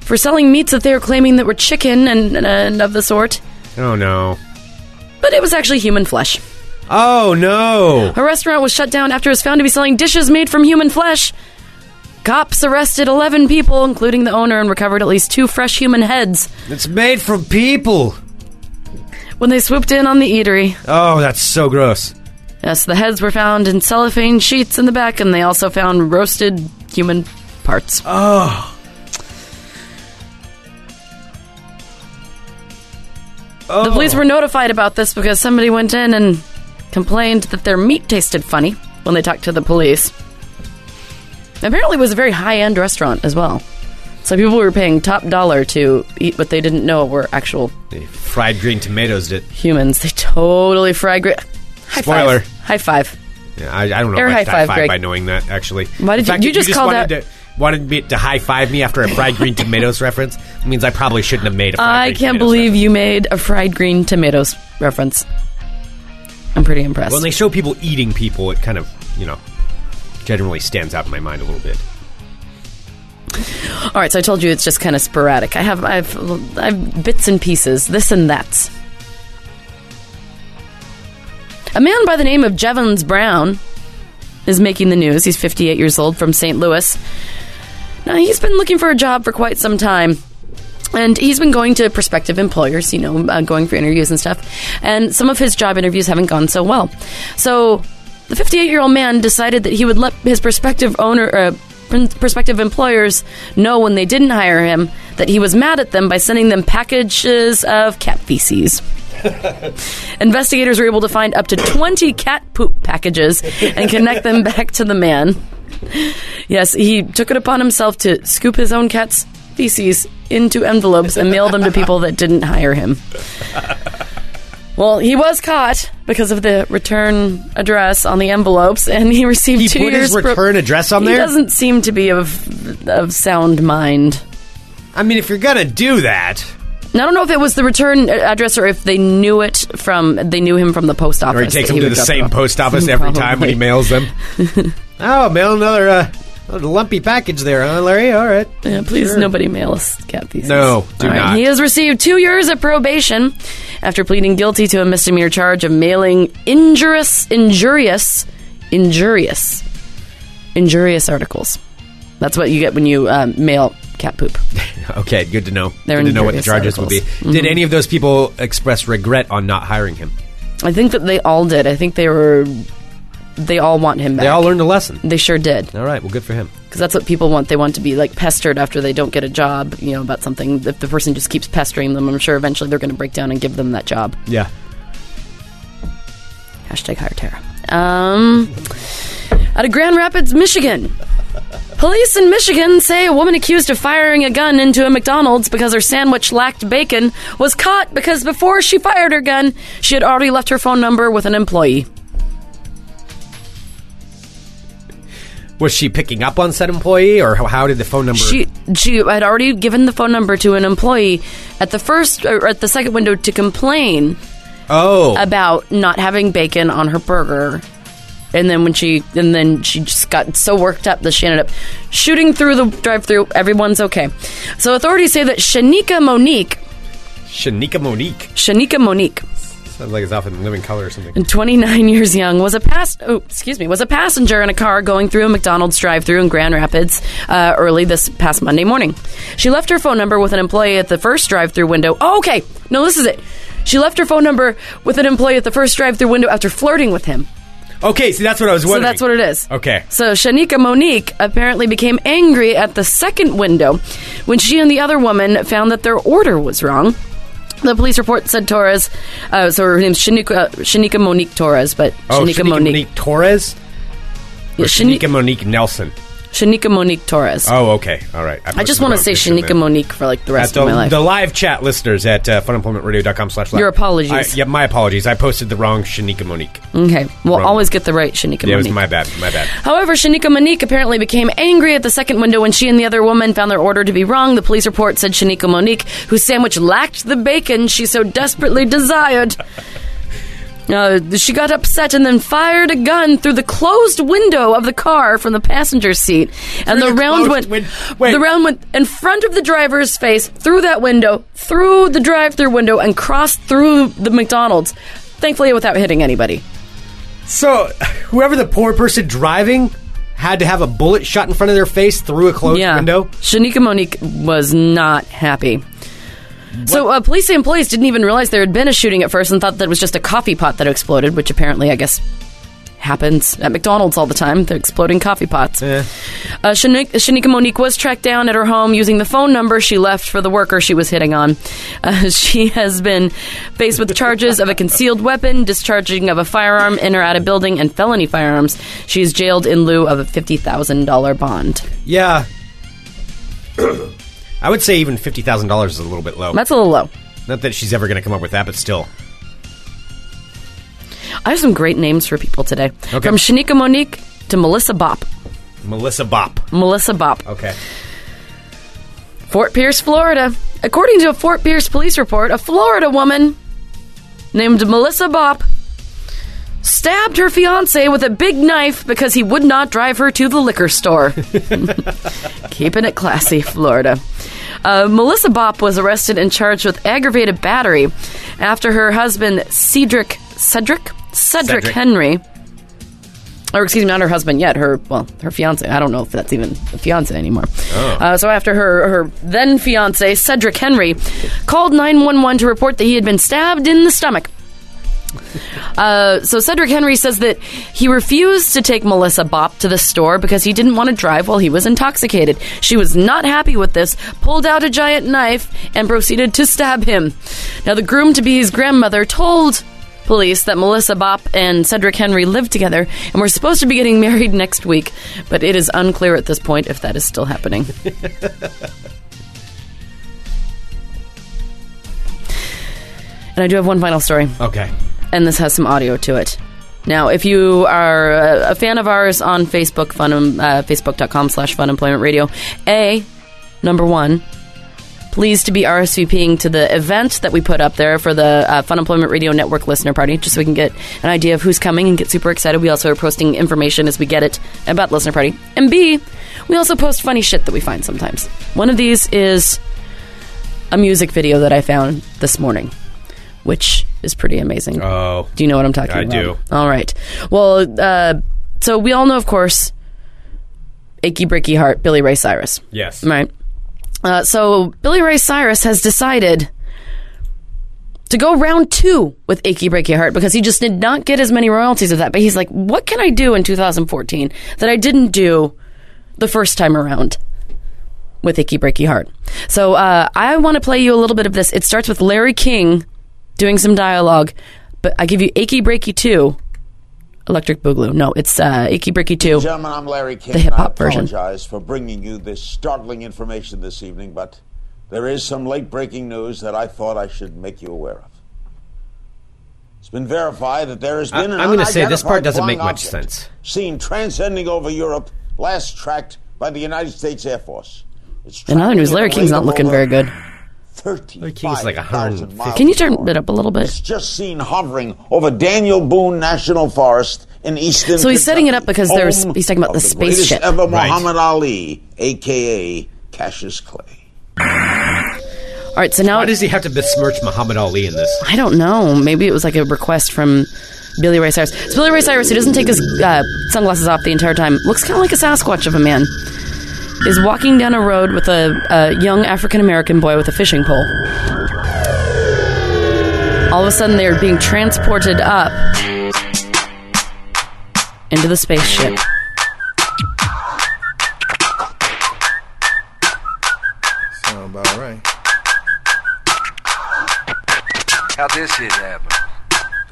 Speaker 6: For selling meats that they were claiming that were chicken and, and of the sort,
Speaker 5: Oh no.
Speaker 6: but it was actually human flesh.
Speaker 5: Oh no.
Speaker 6: A restaurant was shut down after it was found to be selling dishes made from human flesh. Cops arrested 11 people, including the owner, and recovered at least two fresh human heads
Speaker 5: It's made from people.
Speaker 6: when they swooped in on the eatery.
Speaker 5: Oh, that's so gross.
Speaker 6: Yes, the heads were found in cellophane sheets in the back, and they also found roasted human parts.
Speaker 5: Oh.
Speaker 6: The police were notified about this because somebody went in and complained that their meat tasted funny when they talked to the police. Apparently, it was a very high end restaurant as well. So people were paying top dollar to eat what they didn't know were actual
Speaker 5: They Oh. fried green tomatoes. Did
Speaker 6: humans. They totally fried. Gra- high
Speaker 5: Spoiler.
Speaker 6: Five. High five.
Speaker 5: Yeah, I, I don't know
Speaker 6: Air
Speaker 5: if I
Speaker 6: high five, Greg.
Speaker 5: by knowing that actually.
Speaker 6: Why did
Speaker 5: The
Speaker 6: you-
Speaker 5: fact
Speaker 6: you just called
Speaker 5: wanted
Speaker 6: out-
Speaker 5: To, wanted me to high five me after a fried green tomatoes reference means I probably shouldn't have made a fried
Speaker 6: I
Speaker 5: green
Speaker 6: can't
Speaker 5: tomatoes
Speaker 6: believe
Speaker 5: reference.
Speaker 6: you made a fried green tomatoes reference. I'm pretty impressed.
Speaker 5: When they show people eating people, it kind of you know generally stands out in my mind a little bit.
Speaker 6: All right, so I told you it's just kind of sporadic. I have I've I've bits and pieces, this and that. A man by the name of Jevons Brown is making the news. He's 58 years old from St. Louis. Now, he's been looking for a job for quite some time. And he's been going to prospective employers, you know, uh, going for interviews and stuff. And some of his job interviews haven't gone so well. So the 58 year old man decided that he would let his prospective owner, uh, pr- prospective employers know when they didn't hire him that he was mad at them by sending them packages of cat feces. Investigators were able to find up to 20 cat poop packages and connect them back to the man. Yes, he took it upon himself to scoop his own cat's feces into envelopes and mail them to people that didn't hire him. Well, he was caught because of the return address on the envelopes, and he received
Speaker 7: He
Speaker 6: two
Speaker 7: put his
Speaker 6: years.
Speaker 7: return address on
Speaker 6: he
Speaker 7: there?
Speaker 6: doesn't seem to be of of sound mind.
Speaker 7: I mean, if you're gonna do that,
Speaker 6: And I don't know if it was the return address or if they knew it from they knew him from the post office.
Speaker 5: Or he takes
Speaker 6: that
Speaker 5: them to
Speaker 6: would
Speaker 5: the
Speaker 6: drop it
Speaker 5: same
Speaker 6: off.
Speaker 5: post office every time when
Speaker 6: Probably.
Speaker 5: he mails them.
Speaker 7: oh, mail another uh, another lumpy package there, huh, Larry? All right.
Speaker 6: Yeah, please, nobody mail us cat pieces.
Speaker 5: No, do
Speaker 6: All right,
Speaker 5: not.
Speaker 6: He has received two years of probation after pleading guilty to a misdemeanor charge of mailing injurious, injurious, injurious, injurious articles. That's what you get when you um, mail cat poop.
Speaker 5: Okay, good to know.
Speaker 6: They're
Speaker 5: good to know what the
Speaker 6: injurious
Speaker 5: charges would be.
Speaker 6: articles. Mm-hmm.
Speaker 5: Did any of those people express regret on not hiring him?
Speaker 6: I think that they all did. I think they were. They all want him back.
Speaker 5: They all learned a lesson.
Speaker 6: They sure did.
Speaker 5: All right, well, good for him.
Speaker 6: because that's what people want. They want to be like pestered after they don't get a job, you know, about something. If the person just keeps pestering them, I'm sure eventually they're going to break down and give them that job.
Speaker 5: Yeah.
Speaker 6: Hashtag hire Tara. Um, out of Grand Rapids, Michigan. Police in Michigan say a woman accused of firing a gun into a McDonald's because her sandwich lacked bacon was caught because before she fired her gun, she had already left her phone number with an employee.
Speaker 5: Was she picking up on said employee, or how, how did the phone number?
Speaker 6: She she had already given the phone number to an employee at the first or at the second window to complain
Speaker 5: oh,
Speaker 6: uh, about not having bacon on her burger. And then when she and then she just got so worked up that she ended up shooting through the drive-through. Everyone's okay. So authorities say that Shanika Monique,
Speaker 5: Shanika Monique.
Speaker 6: Shanika Monique,
Speaker 5: Sounds like it's off in Living Color or something.
Speaker 6: 29 years young, was a pass. Oh, excuse me, was a passenger in a car going through a McDonald's drive-through in Grand Rapids uh, early this past Monday morning. She left her phone number with an employee at the first drive-through window. Oh, okay, no, this is it. She left her phone number with an employee at the first drive-through window after flirting with him.
Speaker 5: Okay, see, that's what I was
Speaker 6: So
Speaker 5: wondering.
Speaker 6: that's what it is.
Speaker 5: Okay.
Speaker 6: So Shanika Monique apparently became angry at the second window when she and the other woman found that their order was wrong. The police report said Torres, uh, so her name's Shanika, Shanika Monique Torres, but
Speaker 5: Oh,
Speaker 6: Shanika, Monique.
Speaker 5: Torres.
Speaker 6: Yeah,
Speaker 5: Or
Speaker 6: Shani-
Speaker 5: Shanika Monique Nelson.
Speaker 6: Shanika Monique Torres.
Speaker 5: Oh, okay. All right.
Speaker 6: I just want to say Shanika Monique for like the
Speaker 5: At
Speaker 6: rest
Speaker 5: the,
Speaker 6: of my life.
Speaker 5: the live chat listeners at uh, funemploymentradio.com slash live.
Speaker 6: Your apologies.
Speaker 5: I, yeah, my apologies. I posted the wrong Shanika Monique.
Speaker 6: okay, we'll
Speaker 5: Wrong.
Speaker 6: always get the right Shanika
Speaker 5: Yeah, it
Speaker 6: Monique.
Speaker 5: was my bad. My bad.
Speaker 6: However, Shanika Monique apparently became angry at the second window when she and the other woman found their order to be wrong. The police report said Shanika Monique, whose sandwich lacked the bacon she so desperately desired, uh, she got upset and then fired a gun through the closed window of the car from the passenger seat. And
Speaker 5: Through
Speaker 6: the,
Speaker 5: the
Speaker 6: round went,
Speaker 5: closed win- wait.
Speaker 6: the round went in front of the driver's face, through that window, through the drive-through window, and crossed through the McDonald's. Thankfully, without hitting anybody.
Speaker 5: So, whoever the poor person driving had to have a bullet shot in front of their face through a closed window.
Speaker 6: Shanika Monique was not happy. So, uh, police say employees didn't even realize there had been a shooting at first and thought that it was just a coffee pot that exploded, which apparently, I guess, happens at McDonald's all the time. They're exploding coffee pots. Uh, Shanika, Shanika Monique was tracked down at her home using the phone number she left for the worker she was hitting on. Uh, she has been faced with charges of a concealed weapon, discharging of a firearm in or out of building, and felony firearms. She is jailed in lieu of a $50,000 bond.
Speaker 5: Yeah. I would say even fifty thousand dollars is a little bit low.
Speaker 6: That's a little low.
Speaker 5: Not that she's ever going to come up with that, but still.
Speaker 6: I have some great names for people today.
Speaker 5: Okay.
Speaker 6: From Shanika Monique to Melissa Bop.
Speaker 5: Melissa Bop.
Speaker 6: Melissa Bop.
Speaker 5: Okay.
Speaker 6: Fort Pierce, Florida. According to a Fort Pierce police report, a Florida woman named Melissa Bop stabbed her fiance with a big knife because he would not drive her to the liquor store. Keeping it classy, Florida. Uh, Melissa Bop was arrested and charged with aggravated battery after her husband Cedric Cedric Cedric,
Speaker 5: Cedric.
Speaker 6: Henry or excuse me, not her husband yet. Her well, her fiance. I don't know if that's even a fiance anymore. Uh, so after her her then fiance Cedric Henry called nine one one to report that he had been stabbed in the stomach. Uh, so Cedric Henry says that he refused to take Melissa Bopp to the store because he didn't want to drive while he was intoxicated. She was not happy with this, pulled out a giant knife, and proceeded to stab him. Now the groom to be his grandmother told police that Melissa Bopp and Cedric Henry lived together and were supposed to be getting married next week, but it is unclear at this point if that is still happening. and I do have one final story
Speaker 5: Okay.
Speaker 6: and this has some audio to it. Now, if you are uh, a fan of ours on Facebook, fun, uh, facebook.com slash Fun Employment Radio, A, number one, please to be RSVPing to the event that we put up there for the uh, Fun Employment Radio Network listener party, just so we can get an idea of who's coming and get super excited. We also are posting information as we get it about the listener party. And B, we also post funny shit that we find sometimes. One of these is a music video that I found this morning, which is pretty amazing.
Speaker 5: Oh.
Speaker 6: Do you know what I'm talking
Speaker 5: I
Speaker 6: about?
Speaker 5: do.
Speaker 6: All right. Well, uh, so we all know, of course, Achy Bricky Heart, Billy Ray Cyrus.
Speaker 5: Yes.
Speaker 6: Right. Uh, so Billy Ray Cyrus has decided to go round two with Achy Breaky Heart because he just did not get as many royalties of that. But he's like, what can I do in 2014 that I didn't do the first time around with Achy Breaky Heart? So uh, I want to play you a little bit of this. It starts with Larry King doing some dialogue, but I give you Achy Breaky 2. Electric Boogaloo. No, it's uh, Achy Breaky 2.
Speaker 8: Gentlemen, I'm Larry King.
Speaker 6: The hip-hop
Speaker 8: and I
Speaker 6: version.
Speaker 8: apologize for bringing you this startling information this evening, but there is some late breaking news that I thought I should make you aware of. It's been verified that there has
Speaker 5: I-
Speaker 8: been an
Speaker 5: I'm gonna say this part
Speaker 8: unidentified
Speaker 5: doesn't make
Speaker 8: flying
Speaker 5: much
Speaker 8: object
Speaker 5: sense.
Speaker 8: Seen transcending over Europe, last tracked by the United States Air Force. It's
Speaker 6: Another news,
Speaker 8: traveling
Speaker 6: Larry
Speaker 8: at a
Speaker 6: King's
Speaker 8: rate
Speaker 6: not
Speaker 8: of
Speaker 6: looking very
Speaker 8: over
Speaker 6: good.
Speaker 8: 35,000 miles
Speaker 6: Can you
Speaker 8: an
Speaker 6: turn
Speaker 8: hour.
Speaker 6: it up a little bit?
Speaker 8: It's just seen hovering over Daniel Boone National Forest in eastern.
Speaker 6: So he's setting it up because there's-
Speaker 8: home
Speaker 6: he's talking about
Speaker 8: of
Speaker 6: the
Speaker 8: greatest
Speaker 6: spaceship.
Speaker 8: Ever
Speaker 5: Right.
Speaker 8: Muhammad Ali, aka Cassius Clay.
Speaker 6: All right, so now
Speaker 5: Why does he have to besmirch Muhammad Ali in this?
Speaker 6: I don't know. Maybe it was like a request from Billy Ray Cyrus. It's Billy Ray Cyrus who doesn't take his uh, sunglasses off the entire time. Looks kind of like a Sasquatch of a man. Is walking down a road with a, a young African American boy with a fishing pole. All of a sudden, they're being transported up into the spaceship.
Speaker 9: Sound about right.
Speaker 3: How this shit happen?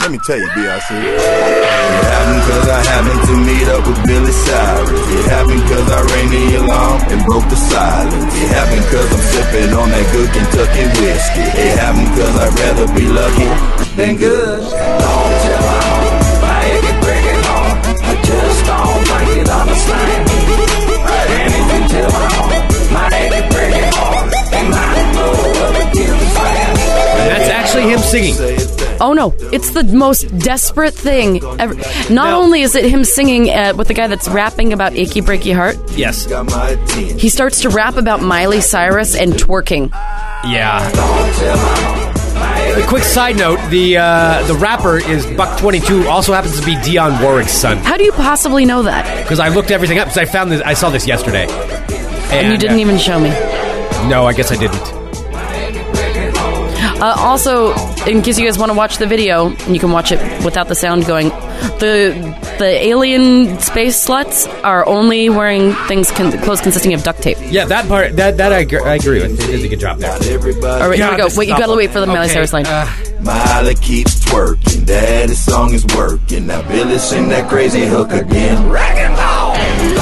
Speaker 9: Let me tell you, B.I.C. It happened cause I happened to meet up with Billy Cyrus. It happened cause I rang the alarm and broke the silence. It happened cause I'm sipping on that good Kentucky whiskey. It happened cause I'd rather be lucky than good. Don't tell my heart, my head is breaking on. I just don't like it, I'm a slime. And if you tell my heart, my head is breaking on. And my blood will be
Speaker 5: That's actually him singing.
Speaker 6: Oh no, it's the most desperate thing ever. Not only is it him singing uh, with the guy that's rapping about Achy Breaky Heart,
Speaker 5: Yes.
Speaker 9: Got my attention.
Speaker 6: he starts to rap about Miley Cyrus and twerking.
Speaker 5: Yeah. A quick side note: the uh, the rapper is Buck Twenty Two. Also happens to be Dion Warwick's son.
Speaker 6: How do you possibly know that?
Speaker 5: Because I looked everything up. Because I found this. I saw this yesterday.
Speaker 6: And you didn't
Speaker 5: uh,
Speaker 6: even show me.
Speaker 5: No, I guess I didn't.
Speaker 6: Uh, also, in case you guys want to watch the video, and you can watch it without the sound going, the the alien space sluts are only wearing things con- clothes consisting of duct tape.
Speaker 5: Yeah, that part. That that I, gr- I agree with. They did a good job there.
Speaker 9: Everybody.
Speaker 6: All right,
Speaker 5: God,
Speaker 6: here we
Speaker 5: this
Speaker 6: go. Wait,
Speaker 5: is
Speaker 6: you gotta
Speaker 5: awful.
Speaker 6: wait for the Miley
Speaker 5: Okay,
Speaker 6: Cyrus line.
Speaker 5: uh,
Speaker 9: Miley keeps twerking. Daddy song is working. Now Billy sing that crazy hook again. Rock and roll.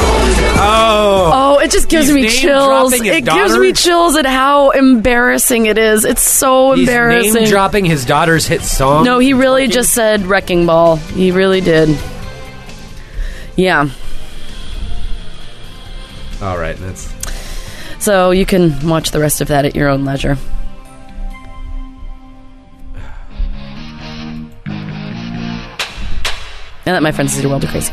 Speaker 5: oh,
Speaker 6: Oh, it just gives
Speaker 5: He's
Speaker 6: me
Speaker 5: name
Speaker 6: chills.
Speaker 5: dropping his
Speaker 6: It gives me
Speaker 5: daughter?
Speaker 6: chills at how embarrassing it is. It's so
Speaker 5: he's
Speaker 6: Oh, embarrassing.
Speaker 5: name dropping his daughter's hit song.
Speaker 6: no, he really just said wrecking ball. He really did. Yeah.
Speaker 5: All right, that's
Speaker 6: So you can watch the rest of that at your own leisure. And that, my friends, is your world of crazy.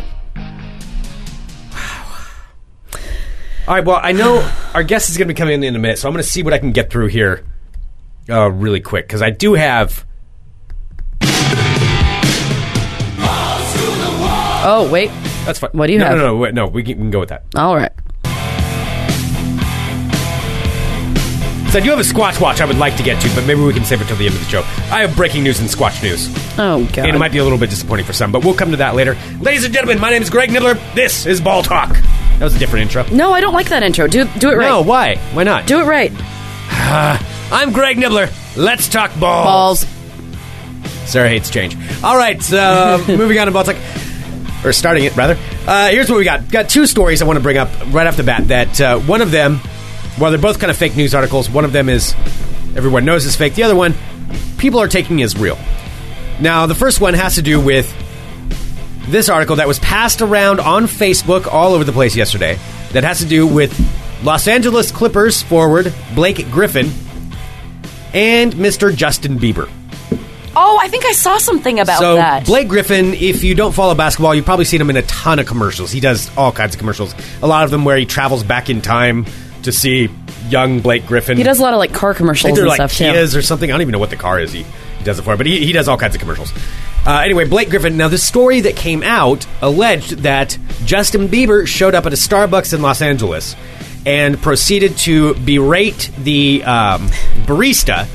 Speaker 5: all right. Well, I know our guest is going to be coming in in a minute, so I'm going to see what I can get through here, uh, really quick because I do have.
Speaker 6: Oh, wait.
Speaker 5: That's fine.
Speaker 6: What do you
Speaker 5: no,
Speaker 6: have?
Speaker 5: No, no, wait, no. We can, we can go with that.
Speaker 6: All right.
Speaker 5: So I do have a Squatch watch I would like to get to, but maybe we can save it till the end of the show. I have breaking news and Squatch news.
Speaker 6: Oh God.
Speaker 5: And it might be a little bit disappointing for some, but we'll come to that later. Ladies and gentlemen, my name is Greg Nibbler. This is Ball Talk. That was a different intro.
Speaker 6: no, I don't like that intro. Do do it right.
Speaker 5: No, why? Why not?
Speaker 6: Do it right.
Speaker 5: I'm Greg Nibbler. Let's talk balls.
Speaker 6: Balls.
Speaker 5: Sarah hates change. All right, uh, moving on to Baltic. Or starting it, rather. Uh, here's what we got. Got two stories I want to bring up right off the bat. That uh, one of them, well, they're both kind of fake news articles. One of them is everyone knows is fake. The other one, people are taking as real. Now, the first one has to do with this article that was passed around on Facebook all over the place yesterday that has to do with Los Angeles Clippers forward Blake Griffin and Mr. Justin Bieber.
Speaker 6: Oh, I think I saw something about
Speaker 5: so
Speaker 6: that.
Speaker 5: Blake Griffin, if you don't follow basketball, you've probably seen him in a ton of commercials. He does all kinds of commercials. A lot of them where he travels back in time to see young Blake Griffin.
Speaker 6: he does a lot of like car
Speaker 5: I think
Speaker 6: commercials
Speaker 5: they're
Speaker 6: and
Speaker 5: like
Speaker 6: stuff too.
Speaker 5: Kias or something. I don't even know what the car is he, he does it for, but he, he does all kinds of commercials. Uh, anyway, Blake Griffin. Now, the story that came out alleged that Justin Bieber showed up at a Starbucks in Los Angeles and proceeded to berate the um, barista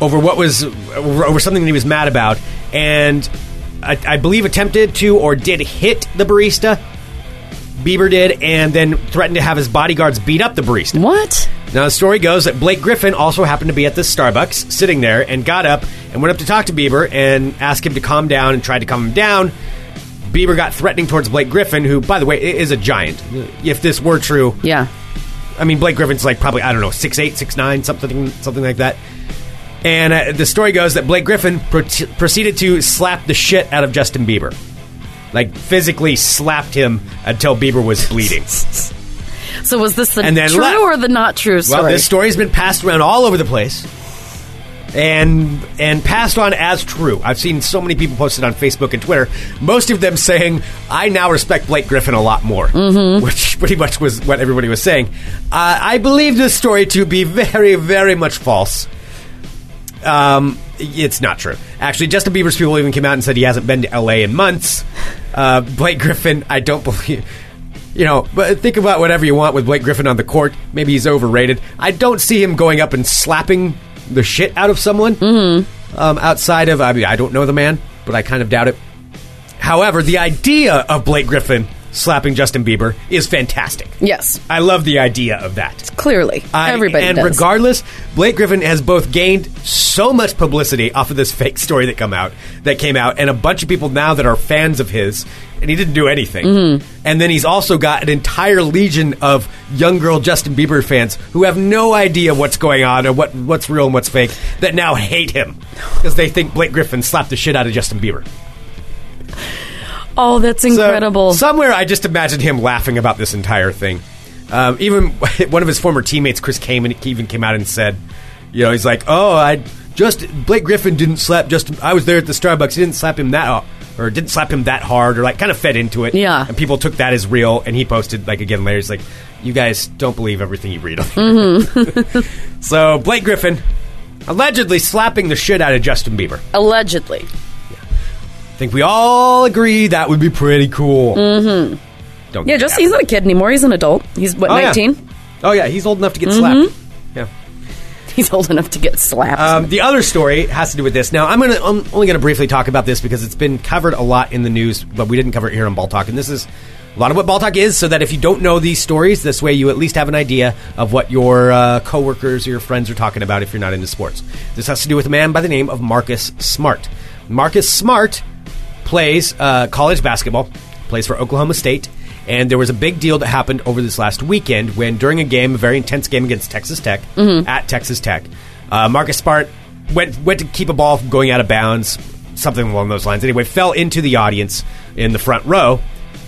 Speaker 5: over what was over over something that he was mad about, and I, I believe attempted to or did hit the barista. Bieber did, and then threatened to have his bodyguards beat up the barista.
Speaker 6: What?
Speaker 5: Now, the story goes that Blake Griffin also happened to be at this Starbucks, sitting there, and got up and went up to talk to Bieber and asked him to calm down and tried to calm him down. Bieber got threatening towards Blake Griffin, who, by the way, i- is a giant. If this were true,
Speaker 6: Yeah.
Speaker 5: I mean, Blake Griffin's like probably, I don't know, 6'8, 6'9, something, something like that. And uh, the story goes that Blake Griffin pro- proceeded to slap the shit out of Justin Bieber. Like, physically slapped him until Bieber was bleeding.
Speaker 6: So was this the
Speaker 5: And then
Speaker 6: true
Speaker 5: left.
Speaker 6: or the not true story?
Speaker 5: Well, this story's been passed around all over the place, and and passed on as true. I've seen so many people post it on Facebook and Twitter. Most of them saying, "I now respect Blake Griffin a lot more," which pretty much was what everybody was saying. Uh, I believe this story to be very, very much false. Um, it's not true. Actually, Justin Bieber's people even came out and said he hasn't been to LA in months. Uh, Blake Griffin, I don't believe. You know, but think about whatever you want with Blake Griffin on the court. Maybe he's overrated. I don't see him going up and slapping the shit out of someone. Mm-hmm. Um, outside of, I mean, I don't know the man, but I kind of doubt it. However, the idea of Blake Griffin slapping Justin Bieber is fantastic.
Speaker 6: yes,
Speaker 5: I love the idea of that.
Speaker 6: clearly.
Speaker 5: I-
Speaker 6: Everybody
Speaker 5: and
Speaker 6: does.
Speaker 5: regardless, Blake Griffin has both gained so much publicity off of this fake story that come out that came out, and a bunch of people now that are fans of his, and he didn't do anything.
Speaker 6: Mm-hmm.
Speaker 5: And then he's also got an entire legion of young girl Justin Bieber fans who have no idea what's going on or what what's real and what's fake that now hate him because they think Blake Griffin slapped the shit out of Justin Bieber.
Speaker 6: oh, that's
Speaker 5: So,
Speaker 6: incredible.
Speaker 5: somewhere I just imagine him laughing about this entire thing. Um, even one of his former teammates, Chris Kaman, even came out and said, you know, he's like, oh, I just Blake Griffin didn't slap Justin. I was there at the Starbucks. He didn't slap him that uh, or didn't slap him that hard or like kind of fed into it.
Speaker 6: Yeah.
Speaker 5: And people took that as real. And he posted like again later. He's like, you guys don't believe everything you read on here.
Speaker 6: Mm-hmm.
Speaker 5: so Blake Griffin allegedly slapping the shit out of Justin Bieber.
Speaker 6: Allegedly.
Speaker 5: I think we all agree that would be pretty cool. Mm-hmm. Don't
Speaker 6: Yeah,
Speaker 5: get
Speaker 6: just
Speaker 5: that.
Speaker 6: he's not a kid anymore. He's an adult. He's what,
Speaker 5: Oh, yeah.
Speaker 6: 19?
Speaker 5: Oh yeah, he's old enough to get slapped.
Speaker 6: Mm-hmm.
Speaker 5: Yeah.
Speaker 6: He's old enough to get slapped.
Speaker 5: Um, the other story has to do with this. Now, I'm gonna I'm only gonna briefly talk about this because it's been covered a lot in the news, but we didn't cover it here on Ball Talk. And this is a lot of what Ball Talk is, so that if you don't know these stories, this way you at least have an idea of what your uh, coworkers or your friends are talking about if you're not into sports. This has to do with a man by the name of Marcus Smart. Marcus Smart plays uh, college basketball, plays for Oklahoma State, and there was a big deal that happened over this last weekend when, during a game, a very intense game against Texas Tech, at Texas Tech, uh, Marcus Smart went went to keep a ball from going out of bounds, something along those lines. Anyway, fell into the audience in the front row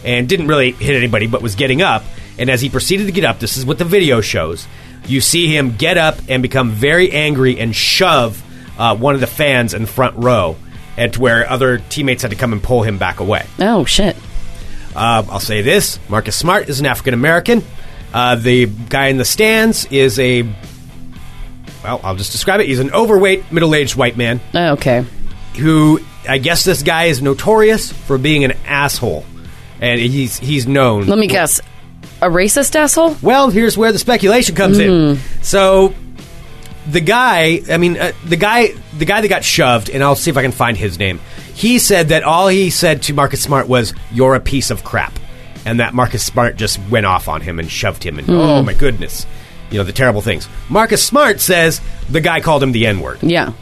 Speaker 5: and didn't really hit anybody, but was getting up. And as he proceeded to get up, this is what the video shows. You see him get up and become very angry and shove uh, one of the fans in the front row, and to where other teammates had to come and pull him back away.
Speaker 6: oh, shit.
Speaker 5: Uh, I'll say this: Marcus Smart is an African American. Uh, the guy in the stands is a well, I'll just describe it. He's an overweight, middle-aged white man
Speaker 6: Oh, okay.
Speaker 5: who I guess this guy is notorious for being an asshole. and he's he's known.
Speaker 6: Let me guess. A racist asshole?
Speaker 5: Well, here's where the speculation comes
Speaker 6: Mm-hmm.
Speaker 5: in. So the guy, I mean, uh, the guy, the guy that got shoved, and I'll see if I can find his name. He said that all he said to Marcus Smart was, "You're a piece of crap," and that Marcus Smart just went off on him and shoved him, and
Speaker 6: Mm-hmm.
Speaker 5: oh my goodness, you know the terrible things. Marcus Smart says the guy called him the N word.
Speaker 6: Yeah.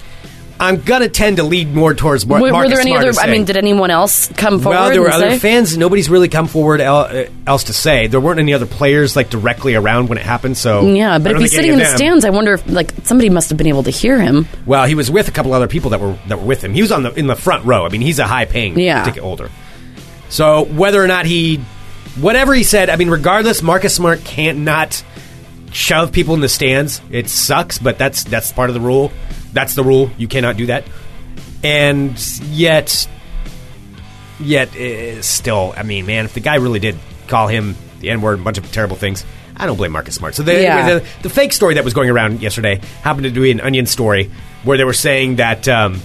Speaker 5: I'm gonna tend to lead more towards Mar-
Speaker 6: Were, were
Speaker 5: Marcus
Speaker 6: there any
Speaker 5: Smart
Speaker 6: other?
Speaker 5: is
Speaker 6: I mean,
Speaker 5: saying.
Speaker 6: did anyone else come forward?
Speaker 5: Well, there were
Speaker 6: and
Speaker 5: other
Speaker 6: say?
Speaker 5: fans. Nobody's really come forward el- uh, else to say. There weren't any other players like directly around when it happened. So
Speaker 6: Yeah,
Speaker 5: I
Speaker 6: but if
Speaker 5: don't
Speaker 6: he's
Speaker 5: think any
Speaker 6: sitting in the
Speaker 5: of them-
Speaker 6: stands, I wonder if like somebody must have been able to hear him.
Speaker 5: well, he was with a couple other people that were that were with him. He was on the in the front row. I mean, he's a high paying
Speaker 6: Yeah.
Speaker 5: ticket holder. So whether or not he, whatever he said, I mean, regardless, Marcus Smart can't not shove people in the stands. It sucks, but that's that's part of the rule. That's the rule. You cannot do that. And yet, yet eh, still, I mean, man, if the guy really did call him the N word, a bunch of terrible things, I don't blame Marcus Smart. So they,
Speaker 6: Yeah.
Speaker 5: anyway, the, the fake story that was going around yesterday happened to be an Onion story where they were saying that. Um,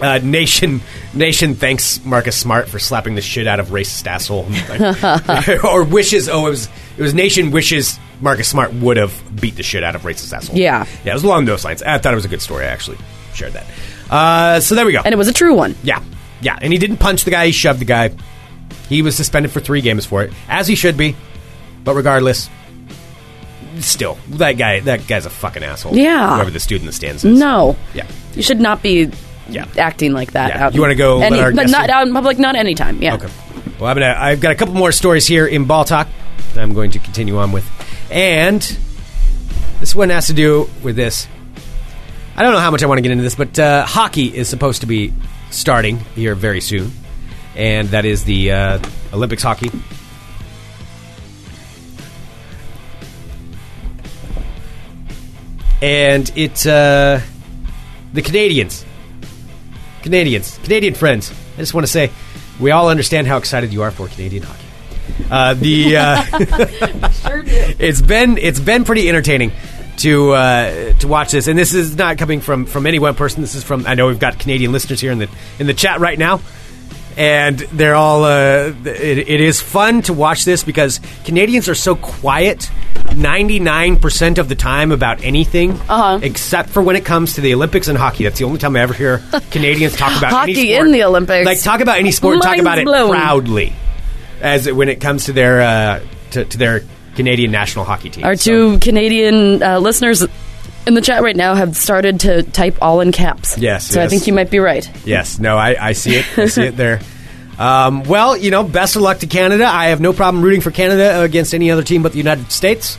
Speaker 5: uh, nation, nation thanks Marcus Smart for slapping the shit out of racist asshole, Like, or wishes. Oh, it was it was nation wishes Marcus Smart would have beat the shit out of racist asshole.
Speaker 6: Yeah.
Speaker 5: yeah, it was along those lines. I thought it was a good story. I actually shared that. Uh, so there we go.
Speaker 6: And it was a true one.
Speaker 5: yeah, yeah, and he didn't punch the guy. He shoved the guy. He was suspended for three games for it, as he should be. But regardless, still that guy that guy's a fucking asshole.
Speaker 6: Yeah.
Speaker 5: whoever this dude in the stands is.
Speaker 6: No.
Speaker 5: Yeah.
Speaker 6: You should not be
Speaker 5: Yeah.
Speaker 6: acting like that.
Speaker 5: Yeah.
Speaker 6: Out
Speaker 5: You wanna go let
Speaker 6: Any,
Speaker 5: our
Speaker 6: but
Speaker 5: guests
Speaker 6: not
Speaker 5: in?
Speaker 6: out in public. Not anytime. Yeah.
Speaker 5: Okay. Well, I'm gonna, I've got a couple more stories here in Ball Talk that I'm going to continue on with. And this one has to do with this. I don't know how much I want to get into this, but uh, hockey is supposed to be starting here very soon. And that is the uh, Olympics hockey. And it, uh, the Canadians Canadians, Canadian friends, I just want to say we all understand how excited you are for Canadian hockey. Uh, the uh, it's been it's been pretty entertaining to uh, to watch this, and this is not coming from from any one person. This is from I know we've got Canadian listeners here in the in the chat right now, and they're all. Uh, it, it is fun to watch this because Canadians are so quiet ninety nine percent of the time about anything,
Speaker 6: Uh-huh.
Speaker 5: except for when it comes to the Olympics and hockey. That's the only time I ever hear Canadians talk about any
Speaker 6: Hockey
Speaker 5: sport.
Speaker 6: in the Olympics.
Speaker 5: Like talk about any sport, and talk
Speaker 6: Mind
Speaker 5: about it
Speaker 6: blown.
Speaker 5: proudly, as it, when it comes to their uh, to, to their Canadian national hockey team.
Speaker 6: Our
Speaker 5: So-
Speaker 6: two Canadian uh, listeners in the chat right now have started to type all in caps.
Speaker 5: Yes,
Speaker 6: So I
Speaker 5: yes.
Speaker 6: think you might be right.
Speaker 5: Yes, no, I, I see it. I see it there. Um, well, you know, best of luck to Canada. I have no problem rooting for Canada against any other team but the United States.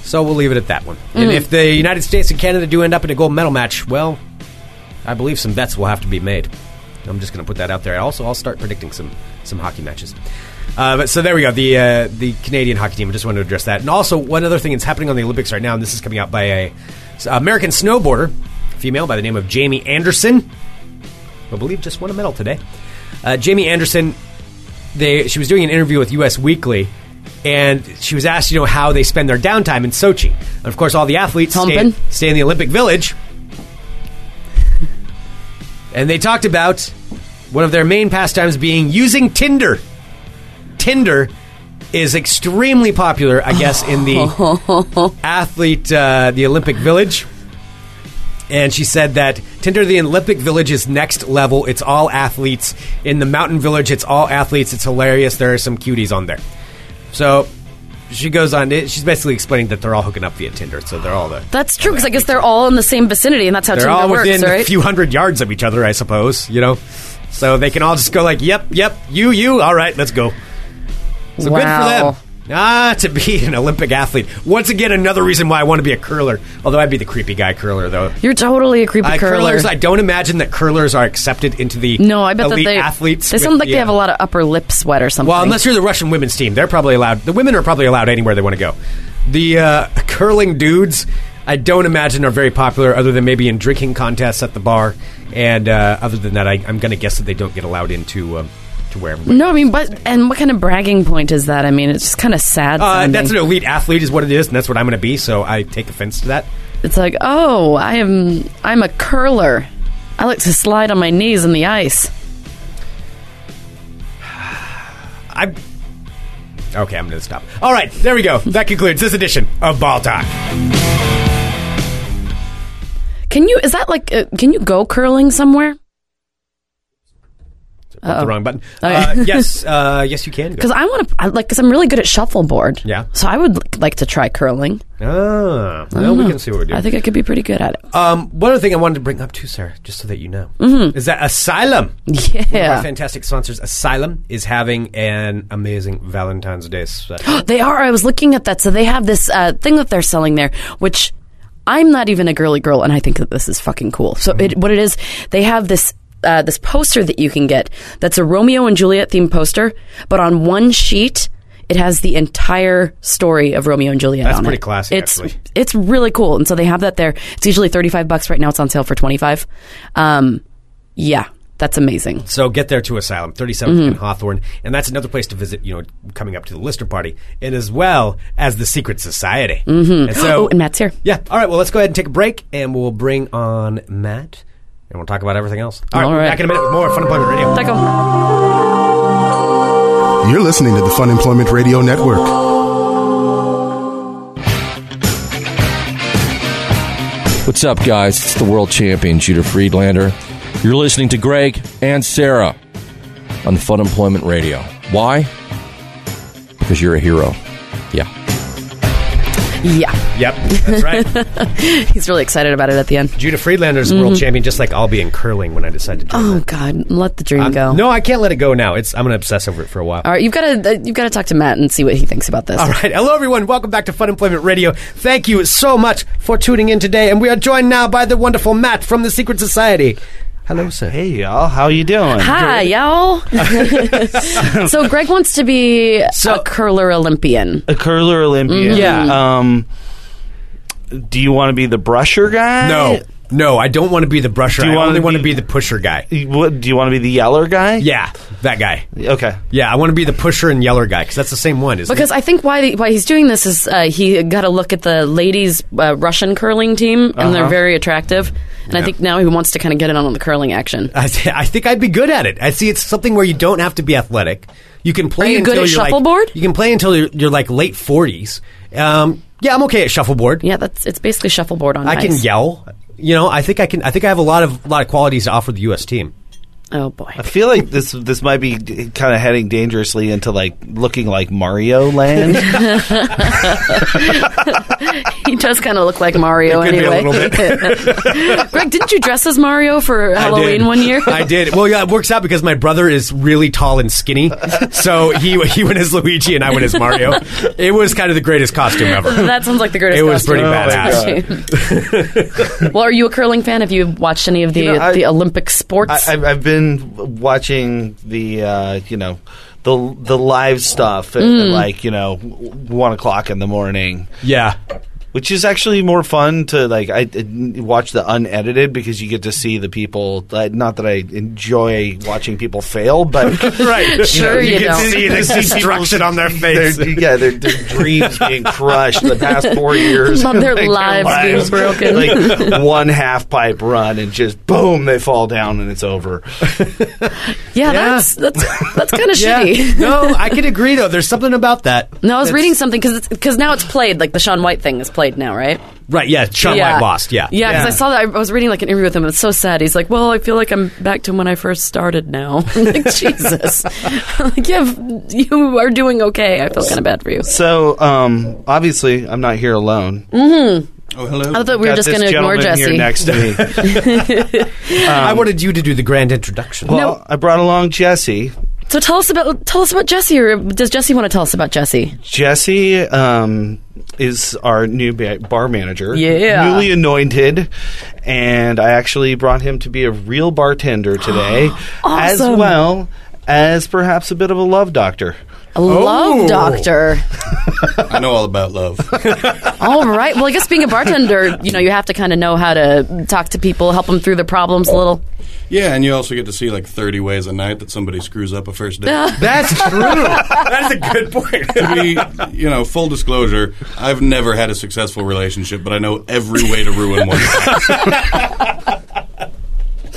Speaker 5: So we'll leave it at that one. And if the United States and Canada do end up in a gold medal match, well, I believe some bets will have to be made. I'm just going to put that out there. Also, I'll start predicting some some hockey matches. Uh, but so there we go. The uh, the Canadian hockey team. I just wanted to address that. And also one other thing that's happening on the Olympics right now, and this is coming out by a American snowboarder, female by the name of Jamie Anderson. I believe just won a medal today. Uh, Jamie Anderson, they she was doing an interview with U.S. Weekly, and she was asked, you know, how they spend their downtime in Sochi. And of course, all the athletes stay,
Speaker 6: Humping.
Speaker 5: stay in the Olympic Village, and they talked about one of their main pastimes being using Tinder. Tinder is extremely popular, I guess, in the athlete, uh, the Olympic Village. And she said that Tinder, the Olympic Village, is next level. It's all athletes. In the Mountain Village, it's all athletes. It's hilarious. There are some cuties on there. So she goes on. To, she's basically explaining that they're all hooking up via Tinder. So they're all the
Speaker 6: That's true because I guess they're all in the same vicinity, and that's how
Speaker 5: they're
Speaker 6: Tinder
Speaker 5: all
Speaker 6: works,
Speaker 5: within a
Speaker 6: right?
Speaker 5: few hundred yards of each other, I suppose. You know, so they can all just go like, "Yep, yep, you, you. All right, let's go." So
Speaker 6: Wow.
Speaker 5: good for them. Ah, to be an Olympic athlete. Once again, another reason why I want to be a curler. Although I'd be the creepy guy curler, though.
Speaker 6: You're totally a creepy
Speaker 5: Uh,
Speaker 6: curler.
Speaker 5: Curlers, I don't imagine that curlers are accepted into the
Speaker 6: no, I bet
Speaker 5: elite
Speaker 6: that they
Speaker 5: athletes.
Speaker 6: They
Speaker 5: with
Speaker 6: sound like
Speaker 5: the,
Speaker 6: they have a
Speaker 5: uh,
Speaker 6: lot of upper lip sweat or something.
Speaker 5: Well, unless you're the Russian women's team, they're probably allowed. The women are probably allowed anywhere they want to go. The uh, curling dudes, I don't imagine are very popular, other than maybe in drinking contests at the bar. And uh, other than that, I, I'm going to guess that they don't get allowed into um, to wherever.
Speaker 6: no, I mean, but and what kind of bragging point is that? I mean, it's just kind of sad.
Speaker 5: Uh,
Speaker 6: sounding.
Speaker 5: that's an elite athlete, is what it is, and that's what I'm going to be. So I take offense to that.
Speaker 6: It's like, oh, I am I'm a curler. I like to slide on my knees in the ice.
Speaker 5: I. Okay, I'm going to stop. All right, there we go. That concludes this edition of Ball Talk.
Speaker 6: Can you? Is that like? Uh, can you go curling somewhere?
Speaker 5: The wrong button.
Speaker 6: Okay.
Speaker 5: Uh, yes, uh, yes, you can. Go.
Speaker 6: Because Oh, I want to. I like. Because I'm really good at shuffleboard.
Speaker 5: Yeah.
Speaker 6: So I would like- like to try curling.
Speaker 5: Ah, well, we can see what we do.
Speaker 6: Uh-huh. I think I could be pretty good at it.
Speaker 5: Um, one other thing I wanted to bring up too, Sarah, just so that you know, is that Asylum, one of our
Speaker 6: Mm-hmm. Yeah.
Speaker 5: fantastic sponsors, Asylum, is having an amazing Valentine's Day special.
Speaker 6: They are. I was looking at that. So they have this uh, thing that they're selling there, which I'm not even a girly girl, and I think that this is fucking cool. So it, what it is, they have this. Uh, this poster that you can get that's a Romeo and Juliet themed poster, but on one sheet it has the entire story of Romeo and Juliet.
Speaker 5: That's
Speaker 6: on
Speaker 5: pretty
Speaker 6: it.
Speaker 5: classy,
Speaker 6: It's
Speaker 5: actually.
Speaker 6: it's really cool, and so they have that there. It's usually thirty five bucks right now. It's on sale for twenty five. Um, yeah, that's amazing.
Speaker 5: so get there to Asylum, 37th
Speaker 6: Mm-hmm.
Speaker 5: and Hawthorne, and that's another place to visit. You know, coming up to the Lister party, and as well as the Secret Society. Mm-hmm. And so,
Speaker 6: Oh, and Matt's here.
Speaker 5: yeah. All right. Well, let's go ahead and take a break, and we'll bring on Matt, and we'll talk about everything else. All right.
Speaker 6: All
Speaker 5: we're
Speaker 6: right.
Speaker 5: Back in a minute with more Fun Employment Radio.
Speaker 6: Taco.
Speaker 1: You're listening to the Fun Employment Radio Network.
Speaker 10: What's up, guys? It's the world champion, Judah Friedlander. You're listening to Greg and Sarah on the Fun Employment Radio. Why? Because you're a hero. Yeah.
Speaker 6: Yeah,
Speaker 5: Yep, that's right.
Speaker 6: he's really excited about it at the end.
Speaker 5: Judah Friedlander's world champion, just like I'll be in curling when I decide to. Join
Speaker 6: Mm-hmm. Oh God, let the dream
Speaker 5: I'm-
Speaker 6: go.
Speaker 5: No, I can't let it go now. It's I'm going to obsess over it for a while.
Speaker 6: All right, you've got to uh, you've got to talk to Matt and see what he thinks about this.
Speaker 5: All right. Hello, everyone. Welcome back to Fun Employment Radio. Thank you so much for tuning in today. And we are joined now by the wonderful Matt from the Secret Society. Hello, sir.
Speaker 11: Hey y'all, how you doing?
Speaker 6: Hi, y'all. so Greg wants to be
Speaker 11: So-
Speaker 6: a curler Olympian.
Speaker 11: A curler
Speaker 6: Mm-hmm.
Speaker 11: Olympian.
Speaker 5: Yeah.
Speaker 11: Um, do you want to be the brusher guy?
Speaker 5: No, no, I don't want to be the brusher.
Speaker 11: Do you
Speaker 5: I
Speaker 11: wanna
Speaker 5: only want to
Speaker 11: be-
Speaker 5: be the pusher guy.
Speaker 11: What, do you want to be the yeller guy?
Speaker 5: Yeah, that guy.
Speaker 11: Okay.
Speaker 5: Yeah, I want to be the pusher and yeller guy because that's the same one, isn't
Speaker 6: Because
Speaker 5: it?
Speaker 6: I think why the, why he's doing this is uh, he got a look at the ladies uh, Russian curling team and they're very attractive, and I
Speaker 5: Uh-huh. Yeah.
Speaker 6: think now he wants to kind of get in on the curling action.
Speaker 5: I, th- I think I'd be good at it. I see it's something where you don't have to be athletic. You can play.
Speaker 6: Are you
Speaker 5: until
Speaker 6: good at
Speaker 5: you're like-
Speaker 6: shuffleboard?
Speaker 5: you can play until you're, you're like late forties. Um, yeah, I'm okay at shuffleboard.
Speaker 6: Yeah, that's it's basically shuffleboard on
Speaker 5: I
Speaker 6: ice.
Speaker 5: can yell. You know, I think I can. I think I have a lot of lot of qualities to offer the U.S. team.
Speaker 6: Oh boy.
Speaker 11: I feel like this this might be kind of heading dangerously into like looking like Mario Land.
Speaker 6: He does kind of look like Mario
Speaker 5: It could be a
Speaker 6: anyway.
Speaker 5: little
Speaker 6: Greg, didn't you dress as Mario for
Speaker 5: I
Speaker 6: Halloween
Speaker 5: did.
Speaker 6: one year?
Speaker 5: I did. Well, yeah, it works out because my brother is really tall and skinny, so he he went as Luigi and I went as Mario. It was kind of the greatest costume ever.
Speaker 6: That sounds like the greatest.
Speaker 5: It was
Speaker 6: costume
Speaker 5: pretty
Speaker 6: ever.
Speaker 5: badass.
Speaker 6: well, are you a curling fan? Have you watched any of the
Speaker 11: You know, I-
Speaker 6: the Olympic sports?
Speaker 11: I, I've, I've been watching the uh, you know the the live stuff at,
Speaker 6: Mm.
Speaker 11: like you know w- one o'clock in the morning,
Speaker 5: Yeah,
Speaker 11: which is actually more fun to like I, I watch the unedited because you get to see the people. Uh, not that I enjoy watching people fail, but
Speaker 5: right.
Speaker 6: Sure you
Speaker 5: can
Speaker 6: don't.
Speaker 5: see the destruction on their face.
Speaker 11: Their, yeah, their, their dreams being crushed the past four years.
Speaker 6: Mom, their lives being broken.
Speaker 11: Like one half pipe run, and just boom, they fall down, and it's over.
Speaker 6: yeah, that's that's that's kind of shitty.
Speaker 5: no, I could agree though. There's something about that.
Speaker 6: No, I was reading something because because now it's played. Like the Sean White thing is played now, right?
Speaker 5: Right? Yeah, Sean
Speaker 6: yeah.
Speaker 5: White lost. Yeah,
Speaker 6: yeah. Because
Speaker 11: Yeah.
Speaker 6: I saw that I was reading like an interview with him. and It's so sad. He's like, "Well, I feel like I'm back to when I first started now." I'm like Jesus, I'm like yeah, you are doing okay. I feel kind of bad for you.
Speaker 11: So, um, obviously, I'm not here alone.
Speaker 9: Oh, hello.
Speaker 6: I thought we were
Speaker 11: Got
Speaker 6: just
Speaker 11: this
Speaker 6: going to ignore
Speaker 11: gentleman
Speaker 6: Jesse.
Speaker 11: Here next to me.
Speaker 5: I wanted you to do the grand introduction.
Speaker 11: well, I brought along Jesse.
Speaker 6: So tell us about tell us about Jesse, or does Jesse want to tell us about Jesse?
Speaker 11: Jesse um, is our new ba- bar manager.
Speaker 6: Yeah.
Speaker 11: Newly anointed. And I actually brought him to be a real bartender today, as
Speaker 6: Awesome.
Speaker 11: well as perhaps a bit of a love doctor.
Speaker 6: A love doctor.
Speaker 9: I know all about love.
Speaker 6: All right. Well, I guess being a bartender, you know, you have to kind of know how to talk to people, help them through their problems a little.
Speaker 9: yeah, and you also get to see like 30 ways a night that somebody screws up a first date.
Speaker 5: That's true. That's a good point.
Speaker 9: to be, you know, full disclosure, I've never had a successful relationship, but I know every way to ruin one.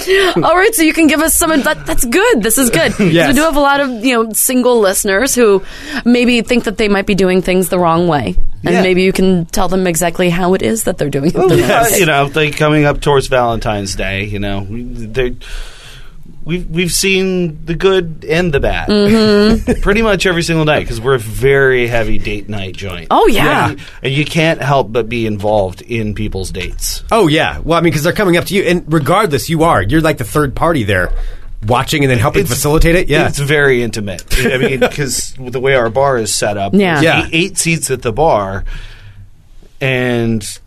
Speaker 6: All right, so you can give us some. That, that's good. This is good. 'Cause
Speaker 12: Yes.
Speaker 6: We do have a lot of you know single listeners who maybe think that they might be doing things the wrong way, and
Speaker 11: Yeah.
Speaker 6: maybe you can tell them exactly how it is that they're doing it. the wrong
Speaker 11: Yeah,
Speaker 6: way.
Speaker 11: you know, like coming up towards Valentine's Day, you know, we- they we've we've seen the good and the bad
Speaker 6: Mm-hmm.
Speaker 11: pretty much every single night because we're a very heavy date night joint.
Speaker 6: Oh, yeah.
Speaker 11: and you, and you can't help but be involved in people's dates.
Speaker 5: Oh yeah. Well, I mean, because they're coming up to you, and regardless, you are you're like the third party there, watching and then helping facilitate it. Yeah.
Speaker 11: It's very intimate. I mean, because the way our bar is set up,
Speaker 5: Yeah.
Speaker 11: there's
Speaker 5: Yeah.
Speaker 11: eight, eight seats at the bar, and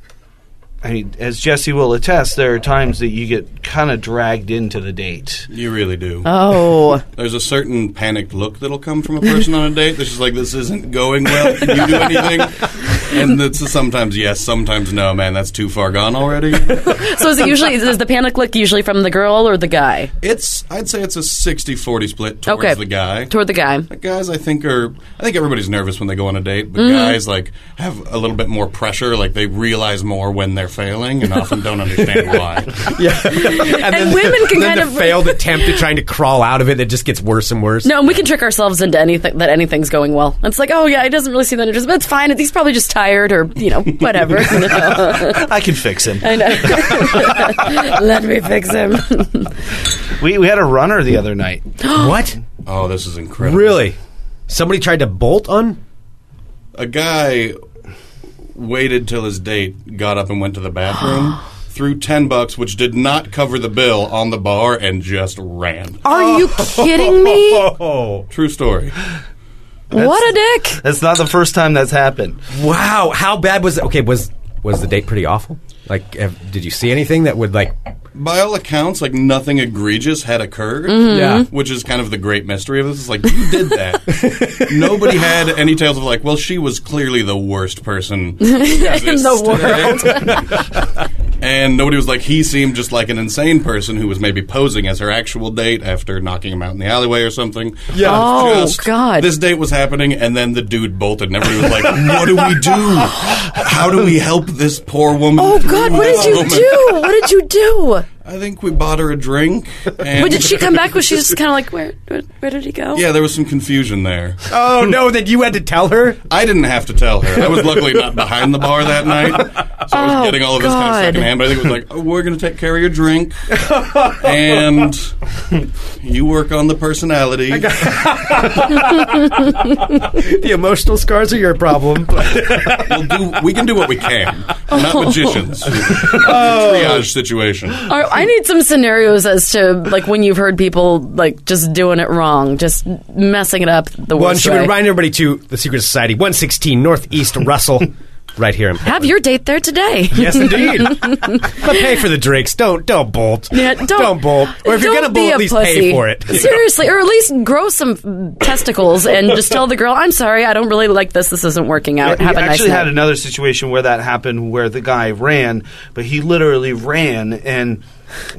Speaker 11: I mean, as Jesse will attest, there are times that you get kind of dragged into the date.
Speaker 13: You really do.
Speaker 6: Oh.
Speaker 13: There's a certain panicked look that'll come from a person on a date. That's just like, this isn't going well. Can you do anything? And it's a sometimes yes, sometimes no. Man, that's too far gone already.
Speaker 6: so is it usually is the panic look usually from the girl or the guy?
Speaker 13: It's I'd say it's a 60-40 split towards
Speaker 6: Okay.
Speaker 13: the guy.
Speaker 6: toward the guy.
Speaker 13: guys, I think are I think everybody's nervous when they go on a date, but
Speaker 6: Mhm.
Speaker 13: guys like have a little bit more pressure. Like they realize more when they're failing, and often don't understand why.
Speaker 5: and
Speaker 6: And women can
Speaker 5: then
Speaker 6: kind
Speaker 5: the
Speaker 6: of-
Speaker 5: failed attempt at trying to crawl out of it. It just gets worse and worse.
Speaker 6: No, and we can trick ourselves into anything that anything's going well. It's like, oh yeah, he doesn't really seem that interested, but it's fine. He's probably just tired or you know whatever.
Speaker 11: I can fix him.
Speaker 6: I know. Let me fix him.
Speaker 11: We, we had a runner the other night.
Speaker 5: what?
Speaker 13: Oh, this is incredible.
Speaker 5: Really? Somebody tried to bolt on?
Speaker 13: A guy waited till his date got up and went to the bathroom. Threw ten bucks, which did not cover the bill, on the bar and just ran.
Speaker 6: Are you kidding me?
Speaker 13: True story.
Speaker 6: what a dick!
Speaker 11: That's not the first time that's happened.
Speaker 5: Wow. How bad was it? Okay, was was the date pretty awful? Like, have, did you see anything that would like?
Speaker 13: By all accounts, like nothing egregious had occurred.
Speaker 6: Mm-hmm.
Speaker 5: Mhm. Yeah.
Speaker 13: Which is kind of the great mystery of this. It's like, you did that. Nobody had any tales of like, well, she was clearly the worst person.
Speaker 6: in the world.
Speaker 13: And nobody was like, he seemed just like an insane person who was maybe posing as her actual date after knocking him out in the alleyway or something.
Speaker 6: Yeah.
Speaker 13: It was
Speaker 6: Oh, God.
Speaker 13: This date was happening, and then the dude bolted, and everybody was like, what do we do? How do we help this poor woman?
Speaker 6: Oh God! What did you do? What did you do?
Speaker 13: I think we bought her a drink. And
Speaker 6: Wait, did she come back? Was she just kind of like, where, where, where did he go?
Speaker 13: Yeah, there was some confusion there.
Speaker 5: Oh no! That you had to tell her?
Speaker 13: I didn't have to tell her. I was luckily not behind the bar that night, so I was
Speaker 6: Oh,
Speaker 13: getting all of this kind
Speaker 6: God.
Speaker 13: of secondhand. But I think it was like, oh, we're going to take care of your drink, and you work on the personality.
Speaker 5: the emotional scars are your problem.
Speaker 13: we'll do, we can do what we can. We're not
Speaker 6: Oh.
Speaker 13: magicians. Triage situation.
Speaker 6: Or I need some scenarios as to like when you've heard people like just doing it wrong, just messing it up the
Speaker 5: One
Speaker 6: worst
Speaker 5: should
Speaker 6: way.
Speaker 5: remind everybody to the Secret Society, one sixteen Northeast Russell, right here. In-
Speaker 6: Have your date there today.
Speaker 5: Yes, indeed. but pay for the drinks. Don't don't bolt.
Speaker 6: Yeah, don't,
Speaker 5: bolt. Or if you're
Speaker 6: don't
Speaker 5: gonna
Speaker 6: be
Speaker 5: bolt,
Speaker 6: a
Speaker 5: at least
Speaker 6: pussy.
Speaker 5: pay for it.
Speaker 6: Seriously, or at least grow some testicles and just tell the girl, "I'm sorry, I don't really like this. This isn't working out.
Speaker 11: We
Speaker 6: Have a nice
Speaker 11: actually
Speaker 6: night."
Speaker 11: had another situation where that happened, where the guy ran, but he literally ran, and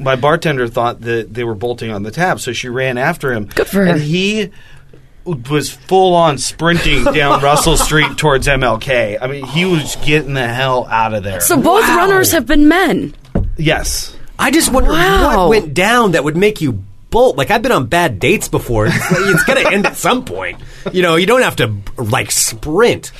Speaker 11: my bartender thought that they were bolting on the tap, so she ran after him. Good
Speaker 6: for her.
Speaker 11: And he was full on sprinting down Russell Street towards MLK. I mean, he was getting the hell out of there.
Speaker 6: so both
Speaker 11: Wow.
Speaker 6: runners have been men.
Speaker 11: Yes.
Speaker 5: I just wonder
Speaker 6: Wow.
Speaker 5: what went down that would make you bolt. Like I've been on bad dates before. It's, it's gonna end at some point. You know, you don't have to like sprint.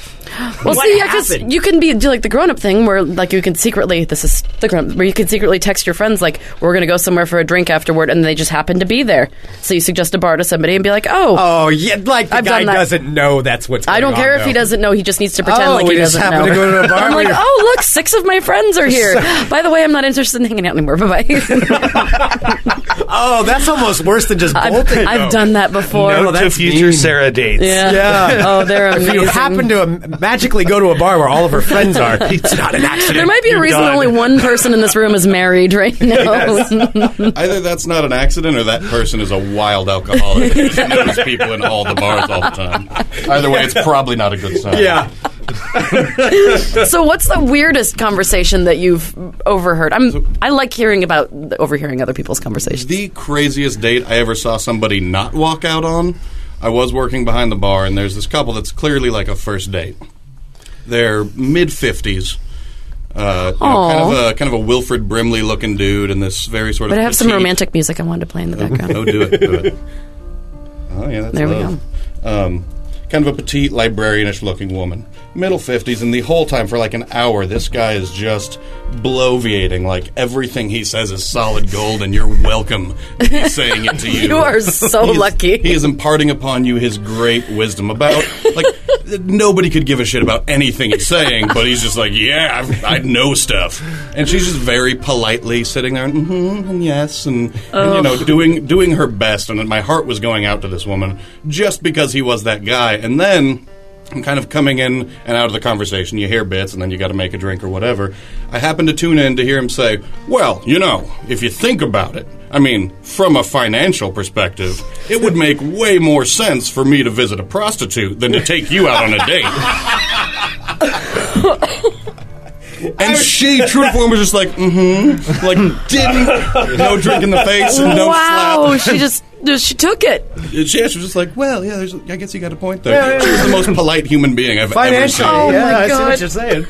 Speaker 6: Well,
Speaker 5: What
Speaker 6: see, yeah, 'cause
Speaker 5: happened?
Speaker 6: you can be do like the grown up thing where like you can secretly this is the grown where you can secretly text your friends like we're gonna go somewhere for a drink afterward, and they just happen to be there. So you suggest a bar to somebody and be like, oh,
Speaker 5: Oh yeah, like the
Speaker 6: I've
Speaker 5: guy
Speaker 6: done that.
Speaker 5: doesn't know that's what's. Going
Speaker 6: I don't
Speaker 5: on,
Speaker 6: care if he
Speaker 5: though.
Speaker 6: doesn't know. He just needs to pretend
Speaker 5: Oh,
Speaker 6: like he
Speaker 5: we just
Speaker 6: doesn't
Speaker 5: happened
Speaker 6: know.
Speaker 5: to go to a bar
Speaker 6: I'm like,
Speaker 5: where-
Speaker 6: oh look, six of my friends are here. By the way, I'm not interested in hanging out anymore. Bye bye.
Speaker 5: Oh, that's almost worse than just
Speaker 6: I've-
Speaker 5: bolting.
Speaker 6: I've
Speaker 5: though.
Speaker 6: done that before.
Speaker 11: Note
Speaker 6: No,
Speaker 11: to
Speaker 6: Oh, that's
Speaker 11: future
Speaker 6: mean.
Speaker 11: Sarah dates.
Speaker 6: Yeah.
Speaker 5: Yeah.
Speaker 6: Oh, they're
Speaker 5: If you
Speaker 6: amazing.
Speaker 5: happen to um, magically go to a bar where all of her friends are, it's not an accident.
Speaker 6: There might be a
Speaker 5: You're
Speaker 6: reason
Speaker 5: done.
Speaker 6: only one person in this room is married right now.
Speaker 13: Either that's not an accident, or that person is a wild alcoholic. who just knows people in all the bars all the time. Either way, it's probably not a good sign.
Speaker 5: Yeah.
Speaker 6: so, what's the weirdest conversation that you've overheard? I'm I like hearing about overhearing other people's conversations.
Speaker 13: The craziest date I ever saw somebody not walk out on. I was working behind the bar, and there's this couple that's clearly like a first date. They're mid 50s, Uh, you know, kind
Speaker 6: Aw.
Speaker 13: of a kind of a Wilfred Brimley looking dude, and this very sort of.
Speaker 6: But I have some
Speaker 13: petite-
Speaker 6: romantic music I wanted to play in the background.
Speaker 13: Oh, do it, do it. Oh yeah, that's
Speaker 6: There we
Speaker 13: love. Um, kind of a petite librarianish looking woman, middle fifties, and the whole time for like an hour, this guy is just bloviating. Like everything he says is solid gold, and you're welcome. to be saying it to you.
Speaker 6: You are so
Speaker 13: He is-
Speaker 6: lucky.
Speaker 13: He is imparting upon you his great wisdom about like nobody could give a shit about anything he's saying, but he's just like, yeah, I've, I know stuff, and she's just very politely sitting there. And, mm-hmm, and yes, and, and you know,
Speaker 12: Ugh.
Speaker 13: doing doing her best, and my heart was going out to this woman just because he was that guy. And then I'm kind of coming in and out of the conversation. You hear bits, and then you got to make a drink or whatever. I happen to tune in to hear him say, "Well, you know, if you think about it." I mean, from a financial perspective, it would make way more sense for me to visit a prostitute than to take you out on a date. And she, truthfully, was just like, mm-hmm, like didn't, no drink in the face, and no
Speaker 6: wow,
Speaker 13: slap.
Speaker 6: she just she took it.
Speaker 13: Yeah, she was just like, well, yeah, there's, I guess you got a point there.
Speaker 7: Yeah, yeah,
Speaker 13: she was the most polite human being I've ever
Speaker 7: Financially,
Speaker 13: seen.
Speaker 6: Oh
Speaker 7: yeah, I see what you're saying.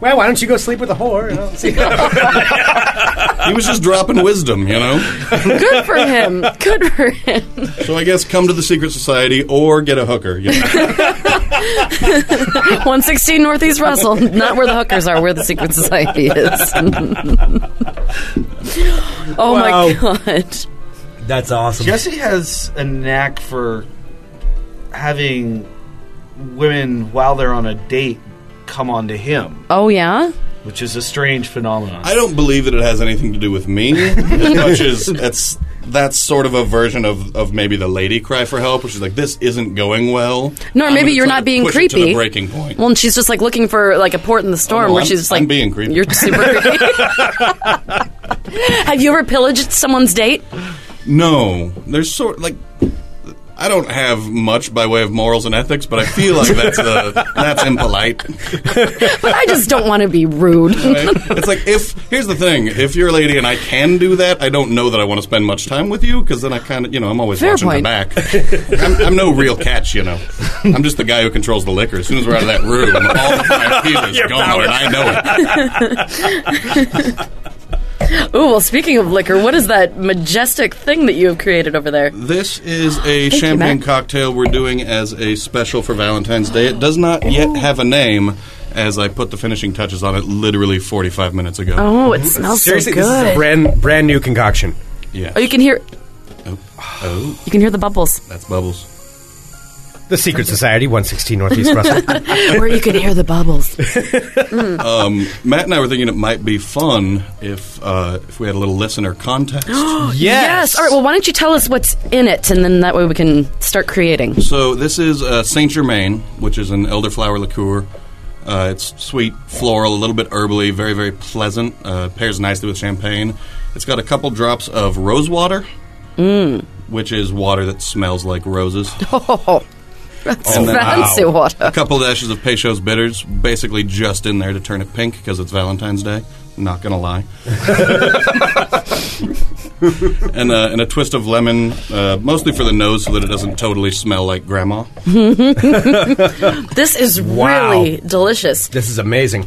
Speaker 7: Well, why don't you go sleep with a whore? You know, see-
Speaker 13: He was just dropping wisdom, you know?
Speaker 6: Good for him. Good for him.
Speaker 13: So I guess come to the secret society or get a hooker. You know?
Speaker 6: 116 Northeast Russell, not where the hookers are, where the secret society is. oh my god.
Speaker 11: That's awesome. Jesse has a knack for having women while they're on a date come on to him,
Speaker 6: Oh yeah.
Speaker 11: which is a strange phenomenon.
Speaker 13: I don't believe that it has anything to do with me as much as that's that's sort of a version of, of maybe the lady cry for help, which is like this isn't going well.
Speaker 6: No, or
Speaker 13: I'm
Speaker 6: maybe
Speaker 13: gonna
Speaker 6: you're
Speaker 13: try
Speaker 6: not
Speaker 13: to
Speaker 6: being
Speaker 13: push it to
Speaker 6: creepy.
Speaker 13: the breaking point.
Speaker 6: Well, and she's just like looking for like a port in the storm
Speaker 13: Well,
Speaker 6: where
Speaker 13: I'm-
Speaker 6: she's just like
Speaker 13: I'm being creepy.
Speaker 6: You're super creepy. Have you ever pillaged someone's date?
Speaker 13: No, there's sort like I don't have much by way of morals and ethics, but I feel like that's uh, that's impolite.
Speaker 6: But I just don't want to be rude.
Speaker 13: Right? It's like if here's the thing: if you're a lady and I can do that, I don't know that I want to spend much time with you because then I kind of you know I'm always
Speaker 6: Fair
Speaker 13: watching
Speaker 6: point.
Speaker 13: my back. I'm, I'm no real catch, you know. I'm just the guy who controls the liquor. As soon as we're out of that room, all of my fear is gone, and I know it.
Speaker 6: Ooh, well, speaking of liquor, what is that majestic thing that you have created over there?
Speaker 13: This is a
Speaker 6: you,
Speaker 13: champagne
Speaker 6: Matt.
Speaker 13: cocktail we're doing as a special for Valentine's Day. It does not yet have a name, as I put the finishing touches on it literally 45 minutes ago.
Speaker 6: Oh, it smells so
Speaker 5: Seriously, this is a
Speaker 6: good.
Speaker 5: brand brand new concoction.
Speaker 13: Yeah.
Speaker 6: Oh, you can hear
Speaker 13: Oh,
Speaker 6: you can hear the bubbles.
Speaker 13: that's bubbles.
Speaker 5: The Secret Society, 116 Northeast Russell.
Speaker 6: Where you can hear the bubbles.
Speaker 13: um, Matt and I were thinking it might be fun if uh, if we had a little listener contest.
Speaker 6: All right. Well, why don't you tell us what's in it, and then that way we can start creating.
Speaker 13: So this is uh, Saint Germain, which is an elderflower liqueur. Uh, it's sweet, floral, a little bit herbally, very very pleasant. Uh, pairs nicely with champagne. It's got a couple drops of rose water, which is water that smells like roses.
Speaker 6: Oh, that's
Speaker 13: And then-
Speaker 6: fancy water.
Speaker 13: A couple dashes of Peychaud's bitters, basically just in there to turn it pink because it's Valentine's Day. Not gonna lie. and, uh, and a twist of lemon, uh, mostly for the nose, so that it doesn't totally smell like grandma.
Speaker 6: this is really delicious.
Speaker 5: This is amazing.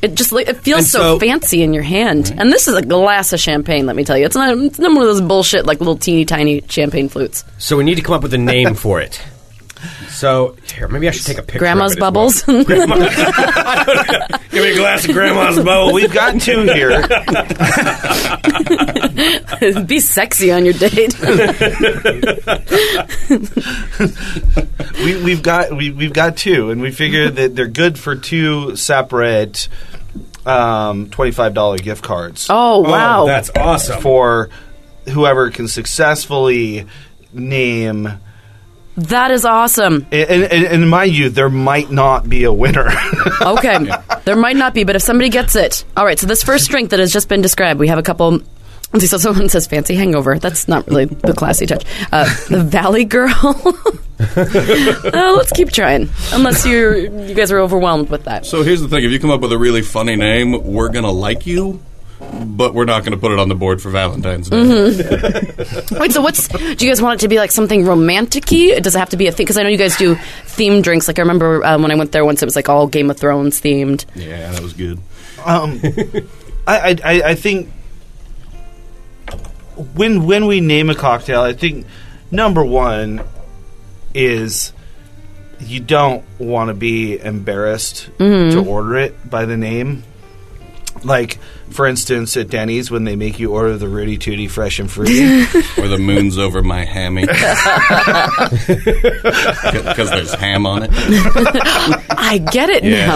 Speaker 6: It just like, it feels
Speaker 5: And
Speaker 6: so,
Speaker 5: so-
Speaker 6: fancy in your hand. And this is a glass of champagne. Let me tell you, it's not it's not one of those bullshit like little teeny tiny champagne flutes.
Speaker 5: So we need to come up with a name for it. So here, maybe I should take a picture.
Speaker 6: Grandma's
Speaker 5: of it as
Speaker 6: bubbles.
Speaker 5: Well. Give me a glass of grandma's
Speaker 11: Well, we've gotten two here.
Speaker 6: Be sexy on your date.
Speaker 11: we, we've got we, we've got two, and we figure that they're good for two separate um, twenty five dollar gift cards.
Speaker 6: Oh, wow. that's
Speaker 5: awesome
Speaker 11: for whoever can successfully name.
Speaker 6: that is awesome.
Speaker 11: In, in, in my youth, there might not be a winner.
Speaker 6: Okay, there might not be, but if somebody gets it, all right. So this first drink that has just been described, we have a couple. let's see, So someone says fancy hangover. That's not really the classy touch. Uh, the Valley Girl. Uh, let's keep trying, unless you you guys are overwhelmed with that.
Speaker 13: So here's the thing: if you come up with a really funny name, we're gonna like you, but we're not gonna put it on the board for Valentine's Day.
Speaker 6: Wait, so what's? Do you guys want it to be like something romantic-y? Does it have to be a thing? Because I know you guys do themed drinks. Like I remember um, when I went there once, it was like all Game of Thrones themed.
Speaker 13: Yeah, that was good.
Speaker 11: Um, I, I, I I think when when we name a cocktail, I think number one is you don't want to be embarrassed
Speaker 12: Mhm.
Speaker 11: to order it by the name. Like, for instance, at Denny's, when they make you order the Rudy Tooty fresh and free,
Speaker 13: or the moon's over my hammy because there's ham on it.
Speaker 6: I get it
Speaker 13: Yeah.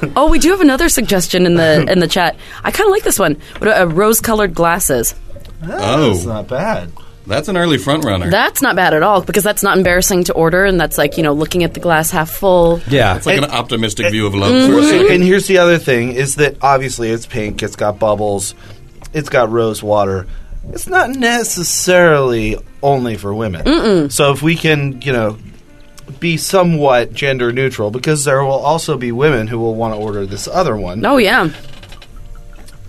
Speaker 6: now. oh, we do have another suggestion in the in the chat. I kind of like this one. What about, uh, rose-colored glasses?
Speaker 13: Oh,
Speaker 11: that's not bad.
Speaker 13: That's an early front runner.
Speaker 6: That's not bad at all because that's not embarrassing to order, and that's like you know looking at the glass half full.
Speaker 13: yeah, it's like an optimistic view of love.
Speaker 11: Well,
Speaker 13: for a
Speaker 11: so-
Speaker 13: second.
Speaker 11: and here's the other thing is that obviously it's pink, it's got bubbles, it's got rose water. It's not necessarily only for women. So if we can, you know, be somewhat gender neutral because there will also be women who will want to order this other one.
Speaker 6: Oh yeah.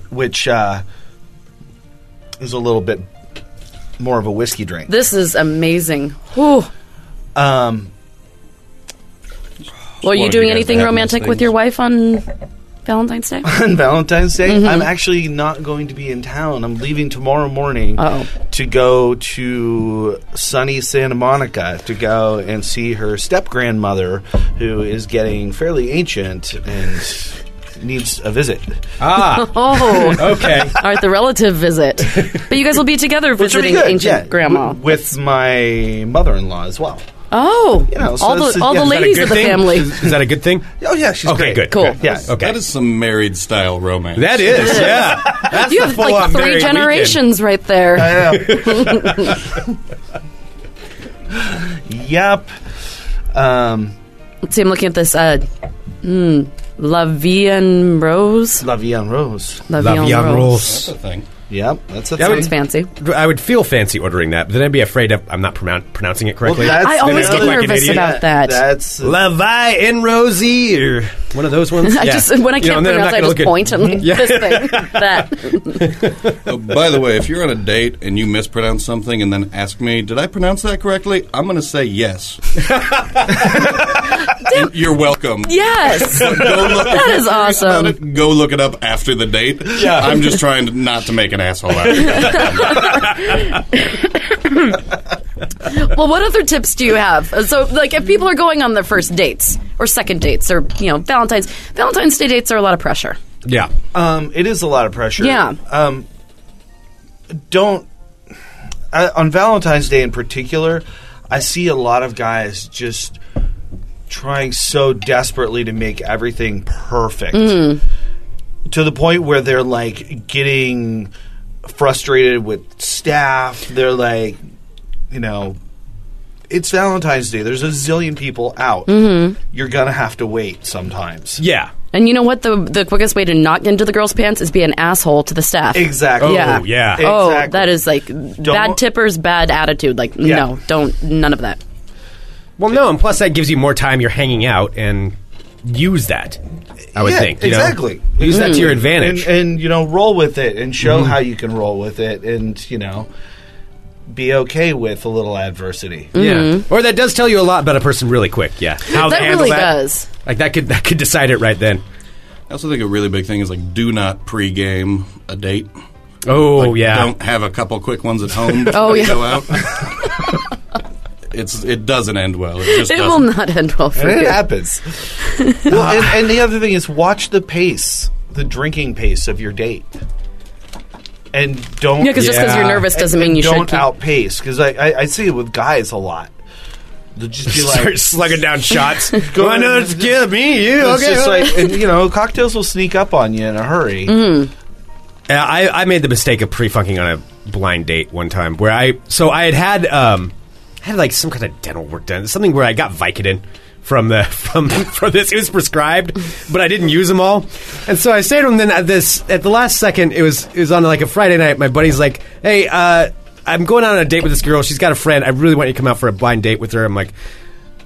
Speaker 11: Which uh is a little bit more of a whiskey drink.
Speaker 6: This is amazing. Whew.
Speaker 11: Um
Speaker 6: Well, are
Speaker 11: one
Speaker 6: you
Speaker 11: of you
Speaker 6: doing
Speaker 11: guys
Speaker 6: anything
Speaker 11: that have
Speaker 6: romantic
Speaker 11: those
Speaker 6: with your wife on Valentine's Day?
Speaker 11: on Valentine's Day.
Speaker 6: Mhm.
Speaker 11: I'm actually not going to be in town. I'm leaving tomorrow morning
Speaker 6: Uh-oh.
Speaker 11: to go to sunny Santa Monica to go and see her step grandmother, who is getting fairly ancient and needs a visit.
Speaker 5: Ah,
Speaker 6: oh. All right, the relative visit. But you guys will be together
Speaker 11: Which will be
Speaker 6: visiting
Speaker 11: good,
Speaker 6: ancient
Speaker 11: yeah,
Speaker 6: grandma.
Speaker 11: w- with my mother-in-law as well.
Speaker 6: Oh,
Speaker 11: know, so
Speaker 6: all the
Speaker 11: it's-
Speaker 6: all the
Speaker 11: yeah. Is that a
Speaker 6: ladies
Speaker 11: good
Speaker 6: of the
Speaker 11: thing?
Speaker 6: family.
Speaker 11: Is-
Speaker 5: is that a good thing?
Speaker 11: Oh yeah, she's
Speaker 5: okay. Good.
Speaker 6: Cool.
Speaker 5: Yeah. Okay.
Speaker 13: That is some married style romance.
Speaker 5: That is, It is. yeah. That's
Speaker 6: you
Speaker 5: the
Speaker 6: have
Speaker 5: full-on
Speaker 6: like
Speaker 5: married Uh,
Speaker 6: three generations right there.
Speaker 11: I Yep. Um,
Speaker 6: See, I'm looking at this. Uh, mm, La Vie en Rose.
Speaker 11: La Vie en Rose.
Speaker 6: La
Speaker 5: La
Speaker 6: Vie en
Speaker 5: Vie en
Speaker 6: Rose.
Speaker 5: Rose. That's a thing.
Speaker 11: Yep, that's a
Speaker 5: That
Speaker 11: thing.
Speaker 5: was
Speaker 6: fancy.
Speaker 5: I would feel fancy ordering that, but then I'd be afraid of, I'm not pronoun- pronouncing it correctly.
Speaker 11: that's- I
Speaker 5: Then I'd
Speaker 11: always
Speaker 5: look
Speaker 11: get
Speaker 5: like an
Speaker 11: nervous
Speaker 5: idiot.
Speaker 11: about that. That's-
Speaker 5: Levi and Rosie, or one of those ones.
Speaker 6: I
Speaker 5: Yeah.
Speaker 6: just when I
Speaker 5: You know,
Speaker 6: can't
Speaker 5: and then I'm
Speaker 6: pronounce,
Speaker 5: not
Speaker 6: I just
Speaker 5: gonna look
Speaker 6: point
Speaker 5: at-
Speaker 6: and
Speaker 5: Yeah.
Speaker 6: this thing, that.
Speaker 13: Oh, by the way, if you're on a date and you mispronounce something and then ask me, "Did I pronounce that correctly?" I'm going to say yes. You- you're welcome.
Speaker 6: Yes, that is awesome.
Speaker 13: Go look it up after the date.
Speaker 6: Yeah.
Speaker 13: I'm just trying to- not to make an asshole out of you.
Speaker 6: Well, what other tips do you have? Uh, So, like, if people are going on their first dates or second dates or you know Valentine's Valentine's Day dates are a lot of pressure.
Speaker 5: Yeah.
Speaker 11: Um, it is a lot of pressure.
Speaker 6: Yeah.
Speaker 11: Um, don't I, on Valentine's Day in particular. I see a lot of guys just trying so desperately to make everything perfect
Speaker 12: Mm.
Speaker 6: Hmm.
Speaker 11: to the point where they're like getting frustrated with staff. They're like, you know, it's Valentine's Day. There's a zillion people out.
Speaker 6: Mhm.
Speaker 11: You're gonna have to wait sometimes.
Speaker 5: Yeah.
Speaker 6: And you know what? The the quickest way to not get into the girl's pants is be an asshole to the staff.
Speaker 11: Exactly. Oh,
Speaker 6: Yeah.
Speaker 11: yeah.
Speaker 6: Oh,
Speaker 11: Exactly.
Speaker 6: that is like bad tippers, bad attitude. Like,
Speaker 5: Yeah.
Speaker 6: no, don't none of that.
Speaker 5: Well, no, and plus that gives you more time you're hanging out and use that. I would
Speaker 11: Yeah,
Speaker 5: think you know?
Speaker 11: exactly. Mm.
Speaker 5: Use that to your advantage.
Speaker 11: and, and you know roll with it and show
Speaker 5: Mhm.
Speaker 11: how you can roll with it, and you know be okay with a little adversity.
Speaker 6: Mm-hmm.
Speaker 11: mm-hmm.
Speaker 5: Yeah, or that does tell you a lot about a person really quick. Yeah, how
Speaker 11: That
Speaker 5: they handle
Speaker 11: really
Speaker 5: that.
Speaker 11: does.
Speaker 5: Like that could that could decide it right then.
Speaker 13: I also think a really big thing is like do not pre-game a date.
Speaker 5: Oh
Speaker 13: Like,
Speaker 5: yeah.
Speaker 13: don't have a couple quick ones at home.
Speaker 6: Oh,
Speaker 13: before you
Speaker 6: yeah.
Speaker 13: go out. it's it doesn't end well. It just
Speaker 6: it
Speaker 13: doesn't.
Speaker 6: will not end well for
Speaker 11: And it
Speaker 6: you.
Speaker 11: happens. well, and, and the other thing is watch the pace, the drinking pace of your date. And don't
Speaker 6: Yeah, 'cause just 'cause you're nervous doesn't
Speaker 11: And-
Speaker 6: mean
Speaker 11: and
Speaker 6: you should
Speaker 11: don't
Speaker 6: keep-
Speaker 11: outpace because I, I I see it with guys a lot. They'll just be like
Speaker 5: Start slugging down shots.
Speaker 11: Go
Speaker 5: Well, I know
Speaker 11: ahead.
Speaker 5: it's good. Me, you.
Speaker 11: It's
Speaker 5: okay.
Speaker 11: just
Speaker 5: okay.
Speaker 11: like- and, you know, cocktails will sneak up on you in a hurry.
Speaker 6: Mm-hmm.
Speaker 11: Mm.
Speaker 5: Yeah, I, I made the mistake of pre-funking on a blind date one time where I so I had had um I had like some kind of dental work done something where I got Vicodin from the from from this it was prescribed but I didn't use them all and so I stayed on then at this at the last second it was it was on like a Friday night my buddy's like hey uh I'm going on a date with this girl she's got a friend I really want you to come out for a blind date with her I'm like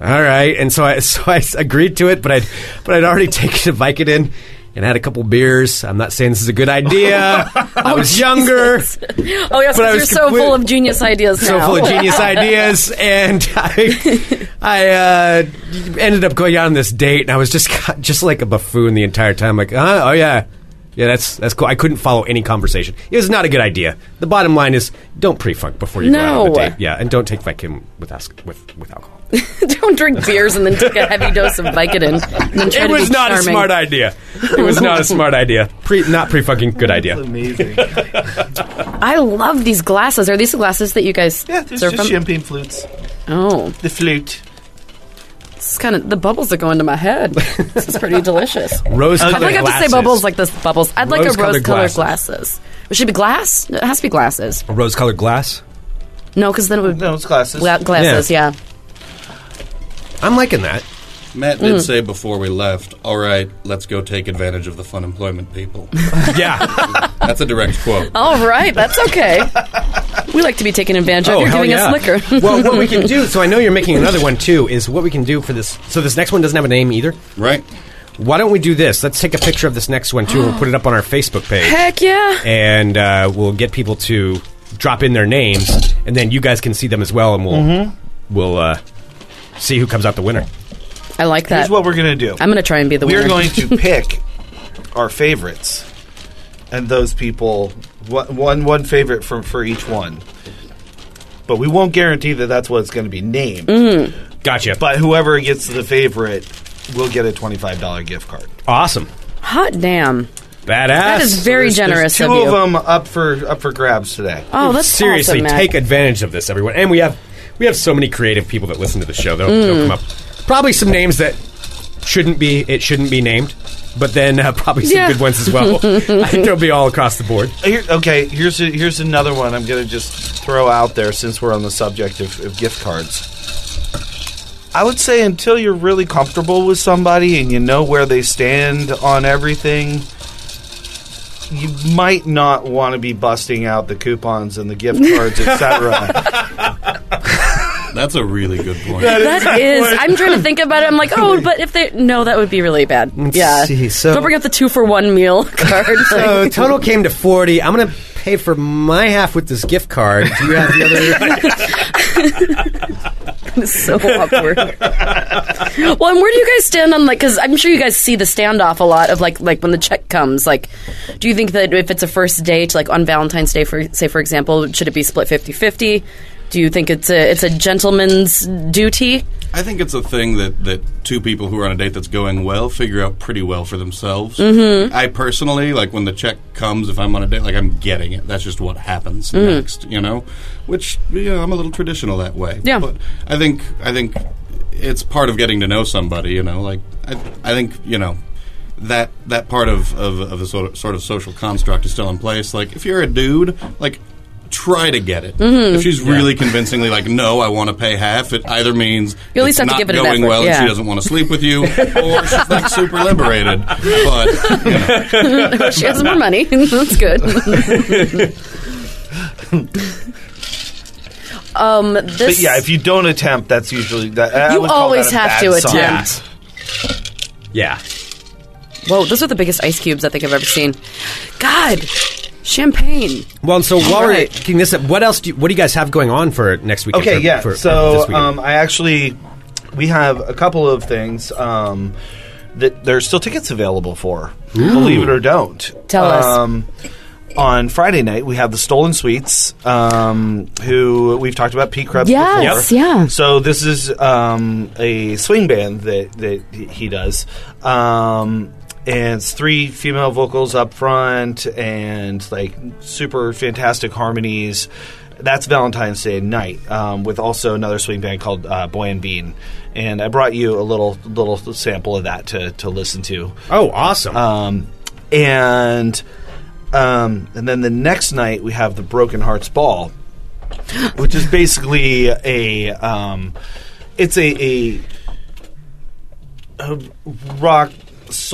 Speaker 5: all right, and so I so I s- agreed to it, but I would but I'd already taken a Vicodin, and had a couple beers. I'm not saying this is a good idea. I was younger.
Speaker 6: Oh yes,
Speaker 5: But I
Speaker 6: 'cause you're
Speaker 5: was
Speaker 6: so
Speaker 5: complete-
Speaker 6: full of genius ideas.
Speaker 5: so
Speaker 6: now.
Speaker 5: full of genius ideas and i i uh ended up going out on this date and i was just just like a buffoon the entire time like huh? oh yeah yeah that's that's cool i couldn't follow any conversation it was not a good idea the bottom line is don't pre-funk before you go out on
Speaker 6: No.
Speaker 5: a date yeah and don't take Vicodin with us with with alcohol
Speaker 6: Don't drink beers and then take a heavy dose of Vicodin. And then try
Speaker 5: it
Speaker 6: to
Speaker 5: was
Speaker 6: be
Speaker 5: not a
Speaker 6: charming.
Speaker 5: smart idea it was not a smart idea pre not pre-funking good idea
Speaker 11: amazing
Speaker 6: I love these glasses. Are these the glasses that you guys yeah,
Speaker 11: There's
Speaker 6: serve
Speaker 11: just
Speaker 6: from?
Speaker 11: champagne flutes.
Speaker 6: Oh,
Speaker 11: the flute.
Speaker 6: It's kind of the bubbles that go into my head. this is pretty delicious.
Speaker 5: Rose-colored
Speaker 6: I forgot to
Speaker 5: glasses.
Speaker 6: say bubbles like this. Bubbles. I'd like a
Speaker 5: Rose-colored
Speaker 6: rose colored
Speaker 5: glasses.
Speaker 6: glasses. It should be glass. It has to be glasses.
Speaker 5: a rose colored glass
Speaker 6: No, because then it would.
Speaker 11: No, it's glasses.
Speaker 6: glasses. Yeah.
Speaker 5: i'm liking that
Speaker 13: Matt did
Speaker 6: Mm.
Speaker 13: say before we left, all right, let's go take advantage of the fun employment people. yeah. That's a direct quote.
Speaker 6: All right, that's okay. we like to be taken advantage of. You're
Speaker 5: Oh, hell
Speaker 6: giving
Speaker 5: yeah.
Speaker 6: us liquor.
Speaker 5: well, what we can do, so I know you're making another one too, is what we can do for this. So this next one doesn't have a name either.
Speaker 13: Right.
Speaker 5: Why don't we do this? Let's take a picture of this next one too. and We'll put it up on our Facebook page.
Speaker 6: Heck yeah!
Speaker 5: And uh, we'll get people to drop in their names, and then you guys can see them as well, and we'll
Speaker 6: Mhm.
Speaker 5: we'll uh, see who comes out the winner.
Speaker 6: I like that.
Speaker 11: Here's what we're gonna do.
Speaker 6: uh, I'm gonna try and be the
Speaker 11: We're
Speaker 6: winner.
Speaker 11: going to pick our favorites, and those people one one, one favorite from for each one. But we won't guarantee that that's what it's going to be named.
Speaker 6: Mm.
Speaker 5: Gotcha.
Speaker 11: But whoever gets the favorite will get a twenty five dollar gift card.
Speaker 5: Awesome.
Speaker 6: Hot damn.
Speaker 5: Badass.
Speaker 6: That is very
Speaker 11: there's-
Speaker 6: generous
Speaker 11: There's
Speaker 6: of
Speaker 11: two
Speaker 6: you.
Speaker 11: of them up for up for grabs today.
Speaker 6: Oh, that's
Speaker 5: seriously
Speaker 6: awesome, Matt.
Speaker 5: take advantage of this, everyone. And we have we have so many creative people that listen to the show. They'll, they'll
Speaker 6: Mm.
Speaker 5: come up. Probably some names that shouldn't be it shouldn't be named, but then uh, probably some
Speaker 11: Yeah.
Speaker 5: good ones as well. I think they'll be all across the board.
Speaker 11: Here, okay, here's a, here's another one. I'm gonna just throw out there since we're on the subject of, of gift cards. I would say until you're really comfortable with somebody and you know where they stand on everything, you might not want to be busting out the coupons and the gift cards, etc.
Speaker 13: That's a really good point.
Speaker 6: That is. I'm trying to think about it. I'm like, oh, but if they no, that would be really bad. yeah.
Speaker 5: see, so-
Speaker 6: Don't bring up the two for one meal card.
Speaker 5: So
Speaker 6: Like-
Speaker 5: total came to forty. I'm gonna pay for my half with this gift card. Do you have the
Speaker 6: It's so awkward. well, and where do you guys stand on like? Because I'm sure you guys see the standoff a lot of like, like when the check comes. Like, do you think that if it's a first date, like on Valentine's Day, for say for example, should it be split 50-50? Do you think it's a it's a gentleman's duty?
Speaker 13: I think it's a thing that, that two people who are on a date that's going well figure out pretty well for themselves.
Speaker 6: Mhm.
Speaker 13: I personally, like when the check comes, if I'm on a date, like I'm getting it. That's just what happens
Speaker 6: Mm.
Speaker 13: next, you know? Which, you know, I'm a little traditional that way.
Speaker 6: Yeah.
Speaker 13: But I think, I think it's part of getting to know somebody, you know? Like, I, I think, you know, that that part of, of, of the sort of, sort of social construct is still in place. Like, if you're a dude, like, try to get it.
Speaker 6: Mhm.
Speaker 13: If she's
Speaker 6: Yeah.
Speaker 13: really convincingly like, no, I want to pay half, it either means
Speaker 6: You at least have
Speaker 13: it's
Speaker 6: to
Speaker 13: not
Speaker 6: give it an
Speaker 13: going
Speaker 6: effort,
Speaker 13: well and
Speaker 6: yeah.
Speaker 13: she doesn't want to sleep with you, or she's like super liberated. But
Speaker 6: she has more money. That's good. um, this
Speaker 11: but yeah, if you don't attempt, that's usually that. I
Speaker 6: You
Speaker 11: would call
Speaker 6: always
Speaker 11: that a
Speaker 6: have
Speaker 11: bad
Speaker 6: to
Speaker 11: sign.
Speaker 6: attempt.
Speaker 5: Yeah.
Speaker 6: Whoa, those are the biggest ice cubes I think I've ever seen. God, champagne.
Speaker 5: Well, and so while we're
Speaker 6: Right.
Speaker 5: kicking this up, what else do you, what do you guys have going on for next weekend?
Speaker 11: Okay,
Speaker 5: for-
Speaker 11: yeah.
Speaker 5: for- for this
Speaker 11: so
Speaker 5: weekend?
Speaker 11: um, I actually we have a couple of things um, that there's still tickets available for.
Speaker 5: Ooh.
Speaker 11: Believe it or don't.
Speaker 6: Tell us.
Speaker 11: um, On Friday night, we have the Stolen Sweets, um, who we've talked about Pete Krebs
Speaker 6: Yes,
Speaker 11: before.
Speaker 6: Yep. yeah.
Speaker 11: So this is um, a swing band that that he- he does. Um, and it's three female vocals up front and like super fantastic harmonies. That's Valentine's Day night um, with also another swing band called uh, Boy and Bean. And I brought you a little little sample of that to, to listen to.
Speaker 5: Oh, awesome!
Speaker 11: Um, and um, and then the next night we have the Broken Hearts Ball, which is basically a um, it's a, a, a rock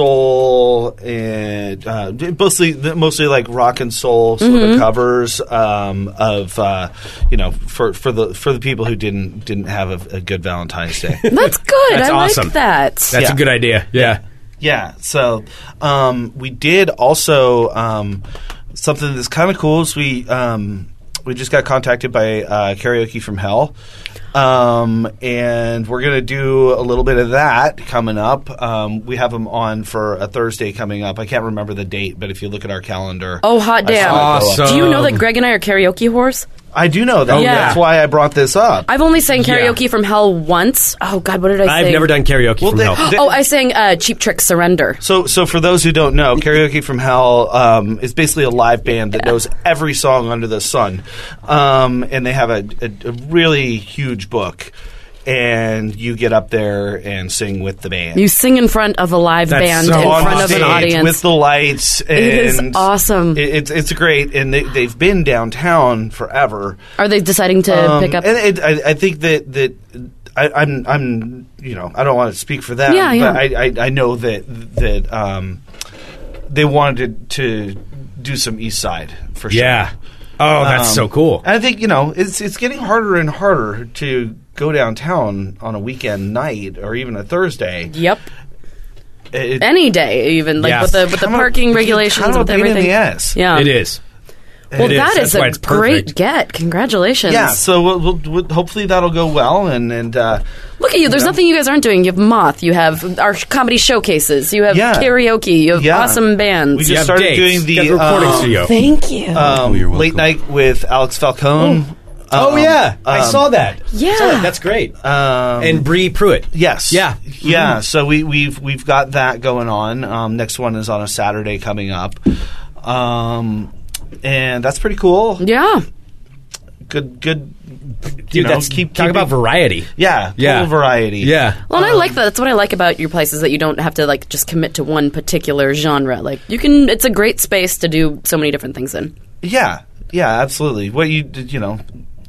Speaker 11: soul and uh, mostly mostly like rock and soul sort
Speaker 12: Mhm.
Speaker 11: of covers um, of uh, you know for, for the for the people who didn't didn't have a, a good Valentine's Day.
Speaker 6: That's good.
Speaker 11: That's
Speaker 6: I
Speaker 11: awesome.
Speaker 6: like that.
Speaker 5: That's a good idea. Yeah.
Speaker 11: Yeah. So um, we did also um, something that's kind of cool is we um, we just got contacted by uh, Karaoke from Hell, um, and we're gonna do a little bit of that coming up. Um, we have them on for a Thursday coming up. I can't remember the date, but if you look at our calendar,
Speaker 6: Oh, hot
Speaker 11: I
Speaker 6: damn!
Speaker 11: saw it go up.
Speaker 6: Do you know that Greg and I are karaoke whores?
Speaker 11: I do know that.
Speaker 6: Oh, yeah.
Speaker 11: That's why I brought this up.
Speaker 6: I've only sang karaoke from hell once. Oh God, what did I?
Speaker 11: I've
Speaker 6: sing?
Speaker 11: never done karaoke Well, from they- hell. they-
Speaker 6: oh, I sang uh, "Cheap Trick Surrender."
Speaker 11: So, so for those who don't know, Karaoke from Hell um, is basically a live band that knows every song under the sun, um, and they have a, a, a really huge book. And you get up there and sing with the band.
Speaker 6: You sing in front of a live band in
Speaker 11: on
Speaker 6: front of an
Speaker 11: stage
Speaker 6: audience.
Speaker 11: with the lights. And
Speaker 6: It is awesome.
Speaker 11: It, it's it's great, and they, they've been downtown forever.
Speaker 6: Are they deciding to
Speaker 11: Um,
Speaker 6: pick up?
Speaker 11: And it, I, I think that that I, I'm I'm you know I don't want to speak for them.
Speaker 6: Yeah, yeah.
Speaker 11: But I, I I know that that um they wanted to, to do some East Side for sure.
Speaker 5: Yeah. Oh,
Speaker 11: Um,
Speaker 5: that's so cool.
Speaker 11: And I think you know it's it's getting harder and harder to go downtown on a weekend night or even a Thursday.
Speaker 6: Yep. Any day, even like
Speaker 11: Yeah.
Speaker 6: with the with the
Speaker 11: Kind of-
Speaker 6: parking
Speaker 11: it's
Speaker 6: regulations,
Speaker 11: kind of a
Speaker 6: with
Speaker 11: pain in
Speaker 6: everything.
Speaker 11: the ass.
Speaker 6: Yeah,
Speaker 11: It
Speaker 5: is.
Speaker 6: Well, that is a great get. Congratulations.
Speaker 11: Yeah, so we'll, we'll, we'll, hopefully that'll go well, and and uh,
Speaker 6: Look at you. There's
Speaker 11: Yeah.
Speaker 6: nothing you guys aren't doing. You have Moth. You have our comedy showcases. You have
Speaker 11: Yeah.
Speaker 6: karaoke. You have
Speaker 11: Yeah.
Speaker 6: awesome bands.
Speaker 11: We just started doing the um,
Speaker 6: Thank you.
Speaker 5: Oh,
Speaker 11: Um, late night with Alex Falcone.
Speaker 7: Oh,
Speaker 11: Um,
Speaker 7: yeah. I
Speaker 11: um,
Speaker 7: saw that.
Speaker 6: Yeah.
Speaker 7: That's great.
Speaker 11: Um,
Speaker 7: And
Speaker 5: Bree Pruitt.
Speaker 11: Yes.
Speaker 7: Yeah.
Speaker 11: Yeah.
Speaker 5: Mm-hmm.
Speaker 7: Mhm.
Speaker 11: So we, we've we've got that going on. Um, next one is on a Saturday coming up, um, and that's pretty cool.
Speaker 6: Yeah.
Speaker 11: Good. Good.
Speaker 5: Dude, that's- talk about variety.
Speaker 11: Yeah.
Speaker 5: Yeah.
Speaker 11: Total variety.
Speaker 5: Yeah.
Speaker 6: Well,
Speaker 11: Uh-huh.
Speaker 6: and I like that. That's what I like about your place is that you don't have to like just commit to one particular genre. Like you can. It's a great space to do so many different things in.
Speaker 11: Yeah, yeah, absolutely. What you did, you know,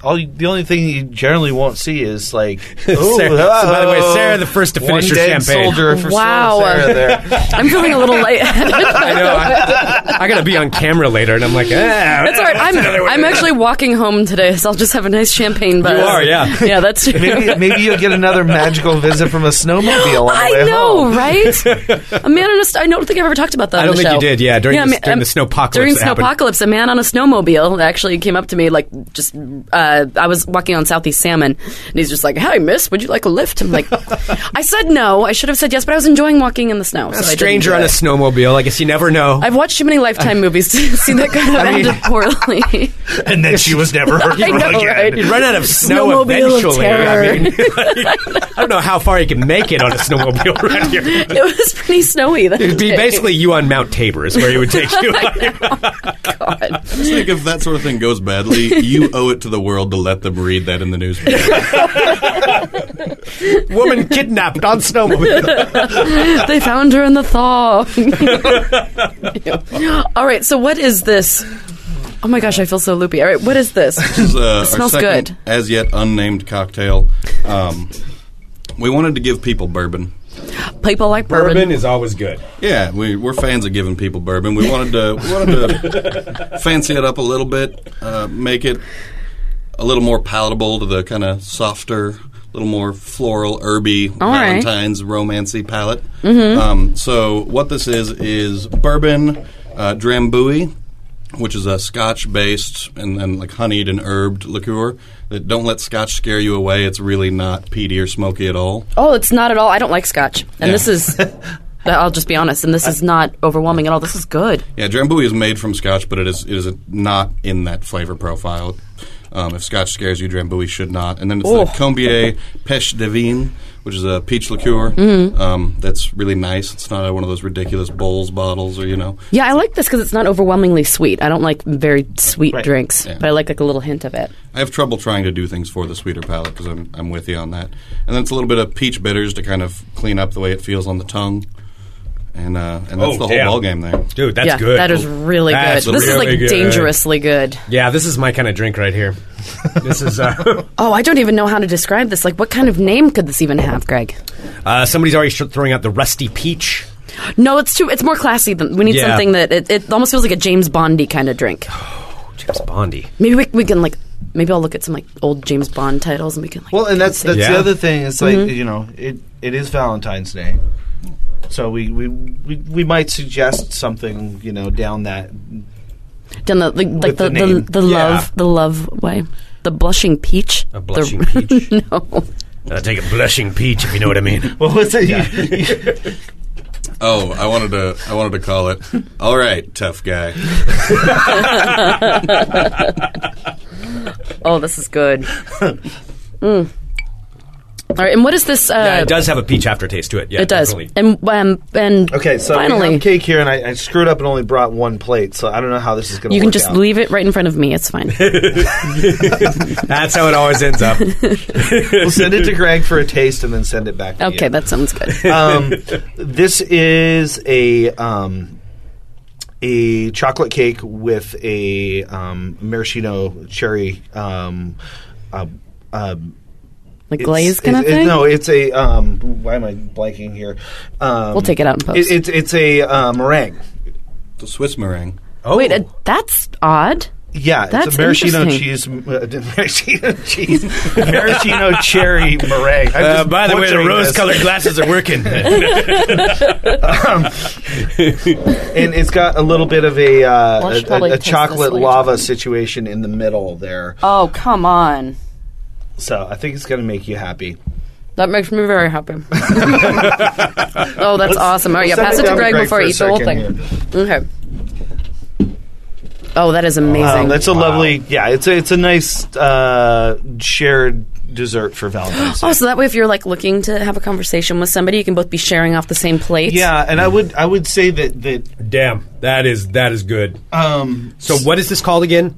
Speaker 11: all you, the only thing you generally won't see is like. "Oh,
Speaker 5: Sarah- so by the way,
Speaker 11: hello,
Speaker 5: Sarah, the first to
Speaker 11: one
Speaker 5: finish your
Speaker 11: dead
Speaker 5: champagne.
Speaker 11: Soldier for
Speaker 6: Wow.
Speaker 11: Sarah there.
Speaker 6: I'm feeling a little late.
Speaker 5: I know. I, I gotta be on camera later, and I'm like, ah,
Speaker 6: That's all right. I'm,
Speaker 5: another one.
Speaker 6: I'm actually walking home today, so I'll just have a nice champagne buzz.
Speaker 11: You are, yeah.
Speaker 6: Yeah, that's true.
Speaker 11: maybe, maybe you'll get another magical visit from a snowmobile. On the
Speaker 6: I
Speaker 11: way
Speaker 6: know,
Speaker 11: home.
Speaker 6: right? A man on a st- I don't think I've ever talked about that.
Speaker 5: I
Speaker 6: on
Speaker 5: don't
Speaker 6: the
Speaker 5: think you
Speaker 6: show.
Speaker 5: did, yeah, during the-
Speaker 6: I mean,
Speaker 5: during
Speaker 6: um,
Speaker 5: the snowpocalypse
Speaker 6: During
Speaker 5: that happened.
Speaker 6: snowpocalypse, a man on a snowmobile actually came up to me, like just uh, I was walking on Southeast Salmon, and he's just like, "Hi, miss, would you like a lift?" I'm like, I said no. I should have said yes, but I was enjoying walking in the snow. so
Speaker 5: a
Speaker 6: I didn't
Speaker 5: stranger
Speaker 6: do
Speaker 5: on a
Speaker 6: it.
Speaker 5: snowmobile. I guess you never know.
Speaker 6: I've watched too many Lifetime movies to see that kind of
Speaker 5: I mean-
Speaker 6: ended poorly.
Speaker 11: And then she was never heard
Speaker 6: I
Speaker 11: from
Speaker 6: know,
Speaker 11: again.
Speaker 6: right?
Speaker 5: You'd run out of snow
Speaker 6: Snowmobile of
Speaker 5: eventually.
Speaker 6: terror.
Speaker 5: I mean, like, I don't know how far you can make it on a snowmobile right here.
Speaker 6: it was pretty snowy. That
Speaker 5: It'd be
Speaker 6: day.
Speaker 5: basically you on Mount Tabor is where it would take you.
Speaker 13: I just think if that sort of thing goes badly, you owe it to the world to let them read that in the newspaper.
Speaker 5: Woman kidnapped on snowmobile.
Speaker 6: they found her in the thaw. All right, so what is this? Oh my gosh, I feel so loopy. All right, what is this?
Speaker 13: This is uh,
Speaker 6: It
Speaker 13: our
Speaker 6: smells
Speaker 13: second,
Speaker 6: good.
Speaker 13: as yet unnamed cocktail. Um, we wanted to give people bourbon.
Speaker 6: People like bourbon.
Speaker 5: is always good.
Speaker 13: Yeah, we, we're fans of giving people bourbon. We wanted to we wanted to fancy it up a little bit, uh, make it a little more palatable to the kind of softer, little more floral, herby
Speaker 6: All right.
Speaker 13: Valentine's romancy palate.
Speaker 6: Mhm.
Speaker 13: Um, so what this is is bourbon uh, drambuie, which is a Scotch-based and then like honeyed and herbed liqueur. That don't let Scotch scare you away. It's really not peaty or smoky at all. Uh,
Speaker 6: Oh, it's not at all. I don't like scotch. And
Speaker 13: Yeah.
Speaker 6: this is, I'll just be honest, and this is not overwhelming at all. This is good.
Speaker 13: Yeah, Drambuie is made from Scotch, but it is it is not in that flavor profile. Um, if Scotch scares you, Drambuie should not. And then it's
Speaker 6: Oh.
Speaker 13: the Combier Peche de Vin, which is a peach liqueur.
Speaker 6: Mhm.
Speaker 13: Um, that's really nice. It's not uh, one of those ridiculous bowls bottles, or you know.
Speaker 6: Yeah, I like this because it's not overwhelmingly sweet. I don't like very sweet
Speaker 13: Right.
Speaker 6: drinks,
Speaker 13: Yeah.
Speaker 6: but I like like a little hint of it.
Speaker 13: I have trouble trying to do things for the sweeter palate because I'm I'm with you on that. And then it's a little bit of peach bitters to kind of clean up the way it feels on the tongue. And uh, and that's
Speaker 5: Oh,
Speaker 13: the whole
Speaker 5: damn.
Speaker 13: ball game there,
Speaker 5: dude. That's
Speaker 6: yeah,
Speaker 5: good.
Speaker 6: That is really
Speaker 5: That's
Speaker 6: good. This is
Speaker 5: really
Speaker 6: like
Speaker 5: good.
Speaker 6: dangerously good.
Speaker 5: Yeah, this is my kind of drink right here. This is uh,
Speaker 6: Oh, I don't even know how to describe this. Like, what kind of name could this even have, Greg?
Speaker 5: uh, somebody's already sh- throwing out the rusty peach.
Speaker 6: No, it's too. It's more classy than we need
Speaker 5: Yeah.
Speaker 6: something that it, it almost feels like a James Bondy kind of drink.
Speaker 5: James Bondy.
Speaker 6: Maybe we, we can like maybe I'll look at some like old James Bond titles and we can like.
Speaker 11: Well, and that's that's
Speaker 5: Yeah.
Speaker 6: Mm-hmm.
Speaker 11: the other thing. It's like
Speaker 6: Mhm.
Speaker 11: you know, it it is Valentine's Day. So we, we, we, we might suggest something, you know, down that.
Speaker 6: Done the like, like
Speaker 11: With
Speaker 6: the
Speaker 11: the
Speaker 6: the, the,
Speaker 11: name. Yeah.
Speaker 6: love the love way. The blushing peach.
Speaker 12: A blushing
Speaker 6: the,
Speaker 12: peach.
Speaker 6: no.
Speaker 12: I'll take a blushing peach if you know what I mean.
Speaker 11: well, what's it?
Speaker 13: Oh, I wanted to. I wanted to call it. All right, tough guy.
Speaker 6: Oh, this is good. Mm. All right, and what is this? Uh,
Speaker 5: yeah, it does have a peach aftertaste to it. Yeah,
Speaker 6: it does.
Speaker 5: definitely.
Speaker 6: And um, and
Speaker 11: Okay, so we
Speaker 6: finally,
Speaker 11: have cake here, and I, I screwed up and only brought one plate, so I don't know how this is going to.
Speaker 6: you can just leave it right in front of me. It's fine.
Speaker 5: That's how it always ends up.
Speaker 11: we'll send it to Greg for a taste, and then send it back. To
Speaker 6: Okay,
Speaker 11: you.
Speaker 6: that sounds good.
Speaker 11: um, this is a um, a chocolate cake with a um, maraschino cherry. Um, uh, um,
Speaker 6: Like
Speaker 11: it's-
Speaker 6: glaze kinda
Speaker 11: it- it-
Speaker 6: thing?
Speaker 11: No, it's a. Um, why am I blanking here? Um,
Speaker 6: We'll take it out in post.
Speaker 11: It, it's it's a uh, meringue.
Speaker 13: The Swiss meringue.
Speaker 6: Wait,
Speaker 11: oh.
Speaker 6: uh, that's odd.
Speaker 11: Yeah,
Speaker 6: that's
Speaker 11: it's a maraschino
Speaker 6: interesting.
Speaker 11: cheese, uh, maraschino cheese, maraschino cherry meringue. I'm
Speaker 12: Uh,
Speaker 11: just
Speaker 12: by the way, the
Speaker 11: butchering this.
Speaker 12: rose-colored glasses are working.
Speaker 11: um, and it's got a little bit of a, uh,
Speaker 6: Well, I should
Speaker 11: a,
Speaker 6: probably
Speaker 11: a, a
Speaker 6: taste this
Speaker 11: chocolate
Speaker 6: later.
Speaker 11: lava situation in the middle there.
Speaker 6: Oh come on,
Speaker 11: So I think it's going to make you happy.
Speaker 6: that makes me very happy. oh, that's
Speaker 11: Let's-
Speaker 6: awesome. All right, yeah, pass
Speaker 11: let's set
Speaker 6: it to
Speaker 11: it down to
Speaker 6: Greg
Speaker 11: Greg
Speaker 6: before I
Speaker 11: for a
Speaker 6: eat the whole thing.
Speaker 11: second
Speaker 6: Okay. Oh, that is amazing.
Speaker 11: Um, that's a lovely, yeah. It's a it's a nice uh, shared dessert for Valentine's.
Speaker 6: Oh, so that way, if you're like looking to have a conversation with somebody, you can both be sharing off the same plate.
Speaker 11: Yeah, and I would I would say that that
Speaker 5: Damn, that is that is good.
Speaker 11: Um,
Speaker 5: so what is this called again?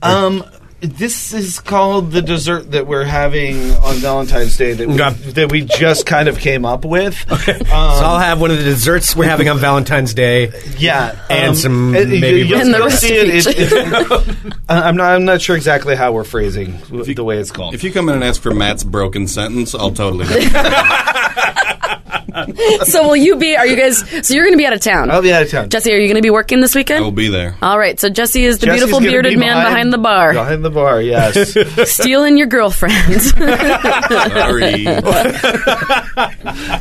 Speaker 11: Um, this is called the dessert that we're having on Valentine's Day that we, that we just kind of came up with. Um,
Speaker 5: so I'll have one of the desserts we're having on Valentine's Day.
Speaker 11: Yeah,
Speaker 5: and
Speaker 11: um,
Speaker 5: some
Speaker 11: it-
Speaker 5: maybe
Speaker 11: you- you'll
Speaker 5: roasted
Speaker 11: still
Speaker 5: peach.
Speaker 11: see it. It's- it's- I'm not. I'm not sure exactly how we're phrasing w- the way it's called.
Speaker 13: If you come in and ask for Matt's broken sentence, I'll totally. Know.
Speaker 6: so will you be? Are you guys? So you're going to be out of town. I'll
Speaker 11: be out of town.
Speaker 6: Jesse, are you going to be working this
Speaker 13: I
Speaker 6: weekend?
Speaker 13: will be there.
Speaker 6: All right. So Jesse is the
Speaker 11: Jesse's
Speaker 6: beautiful
Speaker 11: gonna
Speaker 6: bearded
Speaker 11: be
Speaker 6: man behind, the bar,
Speaker 11: Behind the bar, yes.
Speaker 6: stealing your girlfriend.
Speaker 13: Sorry.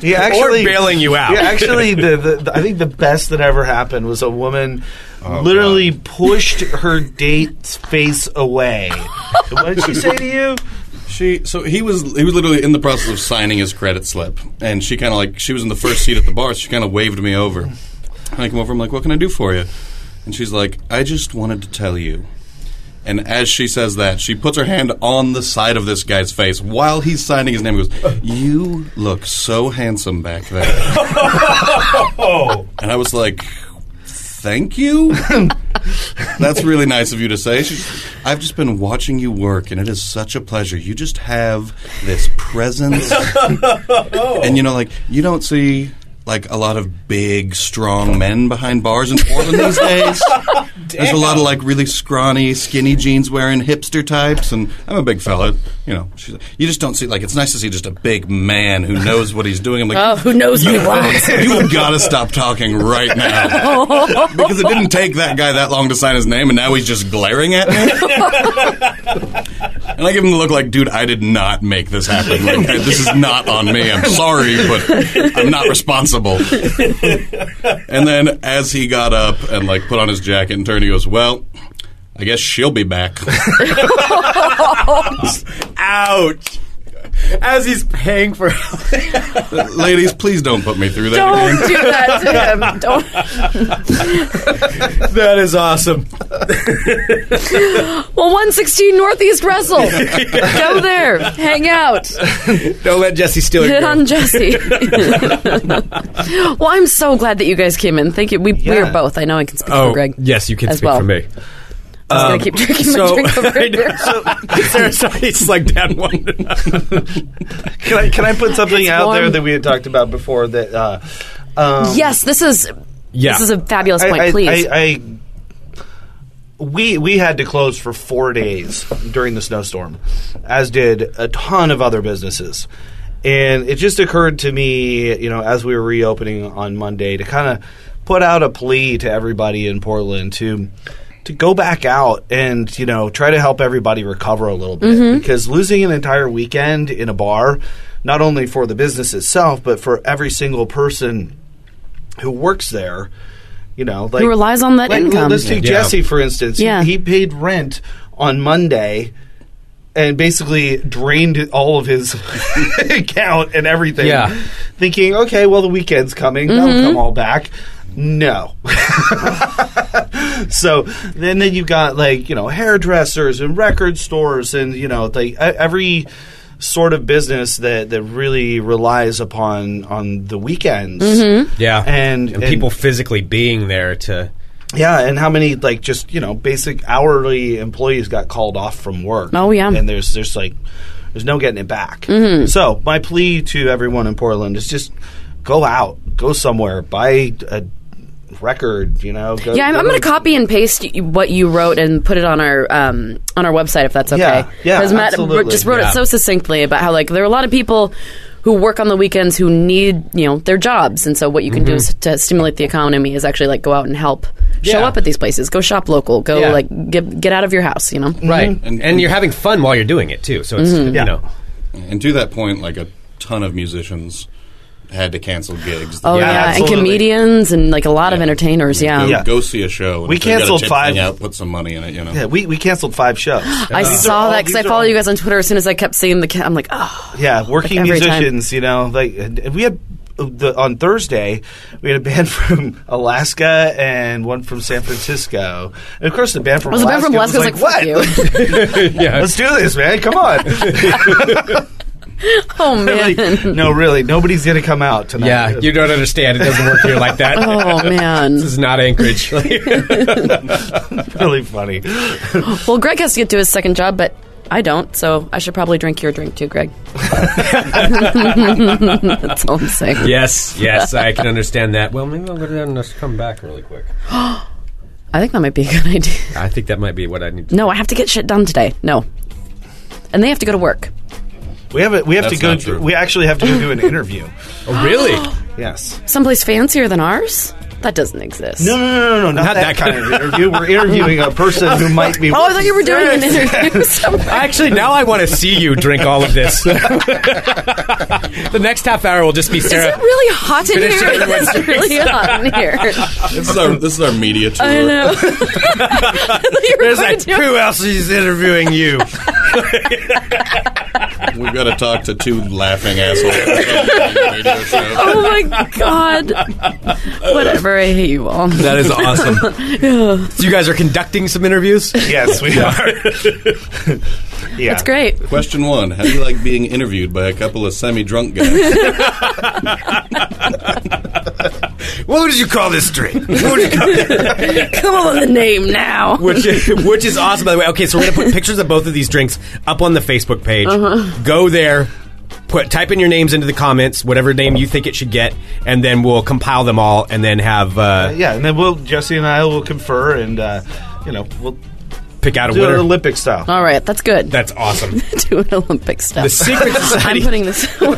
Speaker 11: Yeah, actually,
Speaker 5: Or bailing you out.
Speaker 11: Yeah, actually, the, the, the- I think the best that ever happened was a woman
Speaker 5: Oh,
Speaker 11: literally pushed her date's face away. what did she say to you?
Speaker 13: She so he was he was literally in the process of signing his credit slip, and she kind of like she was in the first seat at the bar, so she kind of waved me over. And I come over, I'm like, "What can I do for you?" And she's like, "I just wanted to tell you." And as she says that, she puts her hand on the side of this guy's face while he's signing his name. and Goes, "You look so handsome back there,"
Speaker 5: Oh,
Speaker 13: and I was like. Thank you. That's really nice of you to say. She's, I've just been watching you work, and it is such a pleasure. You just have this presence, and you know, like you don't see like a lot of big, strong men behind bars in Portland these days. There's a lot of like really scrawny, skinny jeans wearing hipster types, and I'm a big fella. You know, she's, like, you just don't see like it's nice to see just a big man who knows what he's doing. I'm like,
Speaker 6: oh, who knows what he wants?
Speaker 13: You've got to stop talking right now. Because it didn't take that guy that long to sign his name, and now he's just glaring at me. and I give him the look like, dude, I did not make this happen. Like, I- this is not on me. I'm sorry, but I'm not responsible. and then as he got up and, like, put on his jacket and turned, he goes, well, I guess she'll be back.
Speaker 5: Ouch. As he's paying for
Speaker 13: Ladies, please don't put me through that again.
Speaker 6: Don't do that to him. Don't.
Speaker 5: that is awesome.
Speaker 6: Well, 116 Northeast Wrestle. Go there. Hang out.
Speaker 5: Don't let Jesse steal your
Speaker 6: Hit
Speaker 5: girl.
Speaker 6: on Jesse. well, I'm so glad that you guys came in. Thank you. We, we are both. I know I can speak for
Speaker 5: Oh,
Speaker 6: Greg.
Speaker 5: yes, you can
Speaker 6: as
Speaker 5: speak
Speaker 6: well.
Speaker 5: for me.
Speaker 6: I'm just
Speaker 5: Um,
Speaker 6: gonna keep drinking
Speaker 5: so-
Speaker 6: my drink over
Speaker 5: I know.
Speaker 6: here.
Speaker 5: Sarah's it's like down one.
Speaker 11: Can I can I put something
Speaker 6: It's
Speaker 11: out there
Speaker 6: warm.
Speaker 11: that we had talked about before that? Uh, um,
Speaker 6: yes, this is.
Speaker 11: Yeah.
Speaker 6: This is a fabulous point.
Speaker 11: I, I-
Speaker 6: Please.
Speaker 11: I, I, we we had to close for four days during the snowstorm, as did a ton of other businesses. And it just occurred to me, you know, as we were reopening on Monday, to kind of put out a plea to everybody in Portland to to go back out and
Speaker 6: Mm-hmm.
Speaker 11: you know try to help everybody recover a little bit
Speaker 12: Mhm.
Speaker 11: because losing an entire weekend in a bar not only for the business itself, but for every single person who works there. You know, like
Speaker 6: Who relies on that
Speaker 11: like,
Speaker 6: income.
Speaker 11: Let's take
Speaker 6: Yeah.
Speaker 11: Jesse for instance. He-
Speaker 6: Yeah.
Speaker 11: he paid rent on Monday. And basically drained all of his account and everything.
Speaker 5: Yeah.
Speaker 11: Thinking, okay, well, the weekend's coming. That'll
Speaker 6: Mm-hmm.
Speaker 5: Mhm.
Speaker 11: come all back. No. so then then you've got like you know hairdressers and record stores and you know like e- every sort of business that that really relies upon on the weekends
Speaker 6: Mm-hmm.
Speaker 5: Mhm. Yeah.
Speaker 11: and,
Speaker 5: And people physically being there to
Speaker 11: yeah and how many like just you know basic hourly employees got called off from work
Speaker 6: Oh, yeah.
Speaker 11: and there's there's like there's no getting it back
Speaker 6: Mhm.
Speaker 11: so my plea to everyone in portland is just go out go somewhere buy a record you know go,
Speaker 6: yeah, I'm,
Speaker 11: go
Speaker 6: I'm going
Speaker 11: to-
Speaker 6: to copy and paste y- what you wrote and put it on our um, on our website if that's okay.
Speaker 11: Yeah, yeah,
Speaker 6: Because Matt
Speaker 11: absolutely.
Speaker 6: just wrote
Speaker 11: Yeah.
Speaker 6: it so succinctly about how like there are a lot of people who work on the weekends who need you know their jobs, and so what you can do
Speaker 14: Mhm.
Speaker 6: is to stimulate the economy is actually like go out and help, show
Speaker 5: Yeah.
Speaker 6: up at these places, go shop local, go
Speaker 5: Yeah.
Speaker 6: like get get out of your house, you know?
Speaker 5: right,
Speaker 6: Mm-hmm.
Speaker 5: and, Mm-hmm. and you're having fun while you're doing it too. So it's
Speaker 6: Mhm.
Speaker 5: you know
Speaker 13: And to that point, like a ton of musicians had to cancel gigs.
Speaker 6: Oh yeah, and comedians and like a lot of entertainers, yeah.
Speaker 13: Go, go see a show. and
Speaker 11: We
Speaker 13: if they've got a
Speaker 11: canceled
Speaker 13: tip
Speaker 11: five-
Speaker 13: thing Out, put some money in it. You know.
Speaker 11: Yeah, we, we canceled five shows.
Speaker 6: I
Speaker 11: These are
Speaker 6: saw
Speaker 11: all-
Speaker 6: that because I
Speaker 11: these are
Speaker 6: follow you guys on Twitter. As soon as I kept seeing the, ca- I'm like, oh,
Speaker 11: Yeah, working
Speaker 6: Like every time.
Speaker 11: musicians, you know, like uh, we had uh, the, on Thursday, we had a band from Alaska and one from San Francisco. And of course, the band from
Speaker 6: was the
Speaker 11: Alaska
Speaker 6: band from Alaska? I
Speaker 11: was
Speaker 6: was like, fuck you.
Speaker 11: what? Let's do this, man! Come on.
Speaker 6: oh man.
Speaker 11: Like, no, really, nobody's gonna come out tonight.
Speaker 5: Yeah, you don't understand. It doesn't work here like that.
Speaker 6: Oh, man.
Speaker 5: this is not Anchorage.
Speaker 11: really funny.
Speaker 6: well, Greg has to get to his second job, but I don't, so I should probably drink your drink too, Greg. That's all I'm saying.
Speaker 5: yes, yes, I can understand that. Well, maybe I'll go down and just come back really quick.
Speaker 6: I think that might be a good idea.
Speaker 5: I think that might be what I need. to
Speaker 6: No, I have to get shit done today. No. And they have to go to work.
Speaker 11: We have a, we have
Speaker 5: That's
Speaker 11: to go.
Speaker 5: not true.
Speaker 11: We actually have to go do an interview.
Speaker 5: oh, really?
Speaker 11: yes.
Speaker 6: Someplace fancier than ours? That doesn't exist.
Speaker 11: No, no, no, no, no, not, that, kind of interview. We're interviewing a person who might be.
Speaker 6: Oh, I thought you were doing an interview.
Speaker 5: Actually, now I want to see you drink all of this. the next half hour will just be
Speaker 6: Is it
Speaker 5: Sarah.
Speaker 6: really hot in
Speaker 5: Finish
Speaker 6: here?
Speaker 5: it with
Speaker 6: It's really
Speaker 5: drinks.
Speaker 6: hot in here.
Speaker 13: this is our this is our media tour.
Speaker 6: I know.
Speaker 5: There's like, who else is interviewing you?
Speaker 13: We've got to talk to two laughing assholes.
Speaker 6: Oh my god. Whatever, I hate you all.
Speaker 5: That is awesome.
Speaker 6: yeah.
Speaker 5: So you guys are conducting some interviews?
Speaker 11: Yes, we
Speaker 13: are.
Speaker 11: yeah.
Speaker 6: That's great.
Speaker 13: Question one: How do you like being interviewed by a couple of semi-drunk guys?
Speaker 5: what would you call this drink? What would you call
Speaker 6: Come on, the name now.
Speaker 5: which which is awesome by the way. Okay, so we're gonna put pictures of both of these drinks up on the Facebook page.
Speaker 6: Uh-huh.
Speaker 5: Go there, put type in your names into the comments, whatever name you think it should get, and then we'll compile them all and then have uh,
Speaker 11: Yeah, and then we'll Jesse and I will confer, and uh, you know we'll
Speaker 5: pick out a
Speaker 11: do it
Speaker 5: winner.
Speaker 11: Olympic style.
Speaker 6: All right, that's good.
Speaker 5: That's awesome.
Speaker 6: Doing Olympic stuff.
Speaker 5: The secret society-
Speaker 6: I'm putting this away.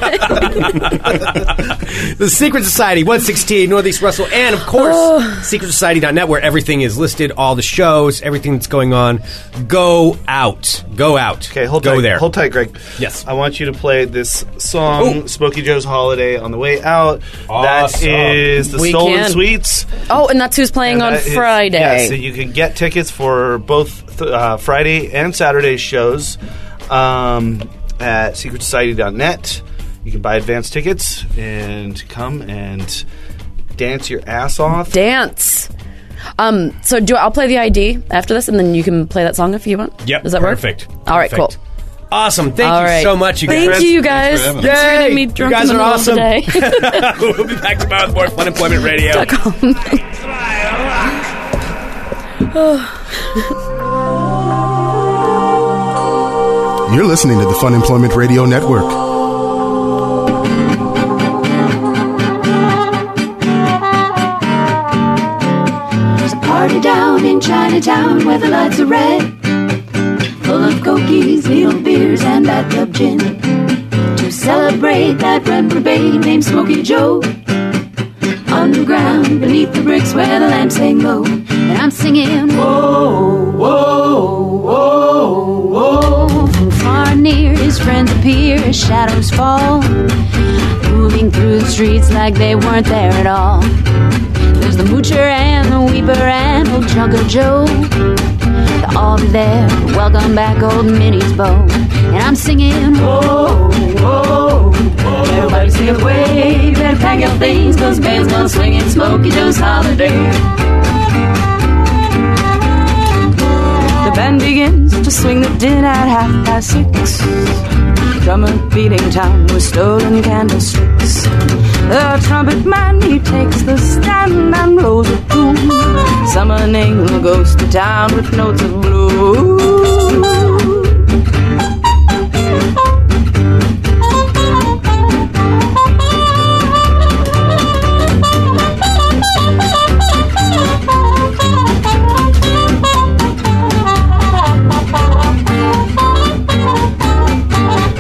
Speaker 5: the Secret Society, 116 Northeast Russell, and of course,
Speaker 6: Oh.
Speaker 5: secretsociety.net, where everything is listed, all the shows, everything that's going on. Go out. Go out. Okay,
Speaker 11: hold
Speaker 5: Go
Speaker 11: tight.
Speaker 5: there.
Speaker 11: Hold tight, Greg.
Speaker 5: Yes.
Speaker 11: I want you to play this song, Smokey Joe's Holiday on the Way Out. That
Speaker 5: Awesome.
Speaker 11: is the
Speaker 6: We
Speaker 11: Stolen
Speaker 6: can.
Speaker 11: Sweets.
Speaker 6: Oh, and that's who's playing
Speaker 11: And
Speaker 6: on
Speaker 11: that is-
Speaker 6: Friday.
Speaker 11: yeah, so you can get tickets for both th- uh, Friday and Saturday shows um, at secretsociety.net. You can buy advance tickets and come and dance your ass off.
Speaker 6: Dance. Um, so do I'll play the ID after this, and then you can play that song if you want.
Speaker 5: Yep.
Speaker 6: Does that
Speaker 5: perfect.
Speaker 6: work? All right,
Speaker 5: Perfect.
Speaker 6: cool.
Speaker 5: Awesome. Thank
Speaker 6: All
Speaker 5: you
Speaker 6: right.
Speaker 5: so much, you guys.
Speaker 6: Thank you, you guys. Thanks for having us. You're gonna be
Speaker 5: Yay.
Speaker 6: drunk
Speaker 5: you guys
Speaker 6: in the
Speaker 5: are
Speaker 6: middle of
Speaker 5: awesome.
Speaker 6: the
Speaker 5: we'll be back tomorrow with more Fun Employment Radio.
Speaker 1: You're listening to the Fun Employment Radio Network.
Speaker 14: There's a party down in Chinatown where the lights are red. Full of cookies, needle beers, and bathtub gin. To celebrate that reprobate named Smokey Joe. Underground, beneath the bricks where the lamps hang low. And I'm singing, whoa, whoa, whoa, whoa. From far and near, his friends appear, shadows fall, moving through the streets like they weren't there at all. There's the moocher and the weeper and old Junker Joe. They'll all be there. Welcome back, old Minnie's bow. And I'm singing, whoa, whoa. Everybody sing away. Better pack your things, cause band's gonna swing and Smokey Joe's holiday. The band begins to swing the din at half past six. Drummer beating time with stolen candlesticks. The trumpet man he takes the stand and blows a boom, summoning the ghost to town with notes of blue.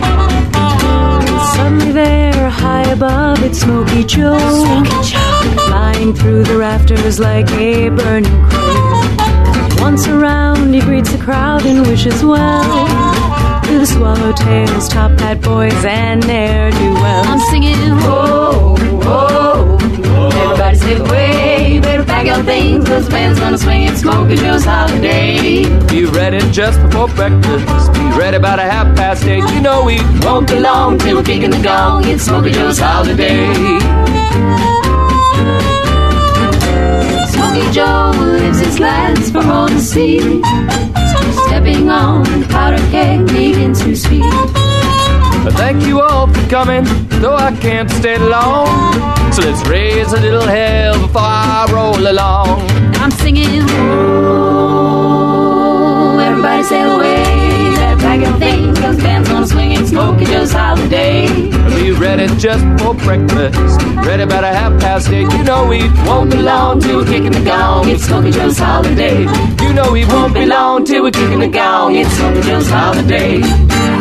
Speaker 14: And suddenly there, high above, it's Smoky Joe. Flying through the rafters like a burning crow. Once around, he greets the crowd and wishes well. To the swallowtails, top hat boys, and ne'er do well. I'm singing, "Oh, whoa, whoa. Everybody stay away, better pack your things, cause man's gonna swing it, Smoky Joe's holiday.
Speaker 15: Be ready just before breakfast. Be ready about a half past eight. You know we won't be long till we're kicking the gong. It's Smoky Joe's holiday.
Speaker 14: Smoky Joe lives his life for all to see. Stepping on the powder keg, needing to speak.
Speaker 15: Thank you all for coming, though I can't stay long. So let's raise a little hell before I roll along.
Speaker 14: I'm singing, oh, everybody sail away. Better pack your things, cause band's gonna swing it. Smoky Joe's holiday.
Speaker 15: Be ready just before breakfast. Ready about a half past eight. You know we won't be long till we're kicking the gong. It's Smoky Joe's holiday. You know we won't be long till we're kicking the gong. It's Smoky Joe's holiday.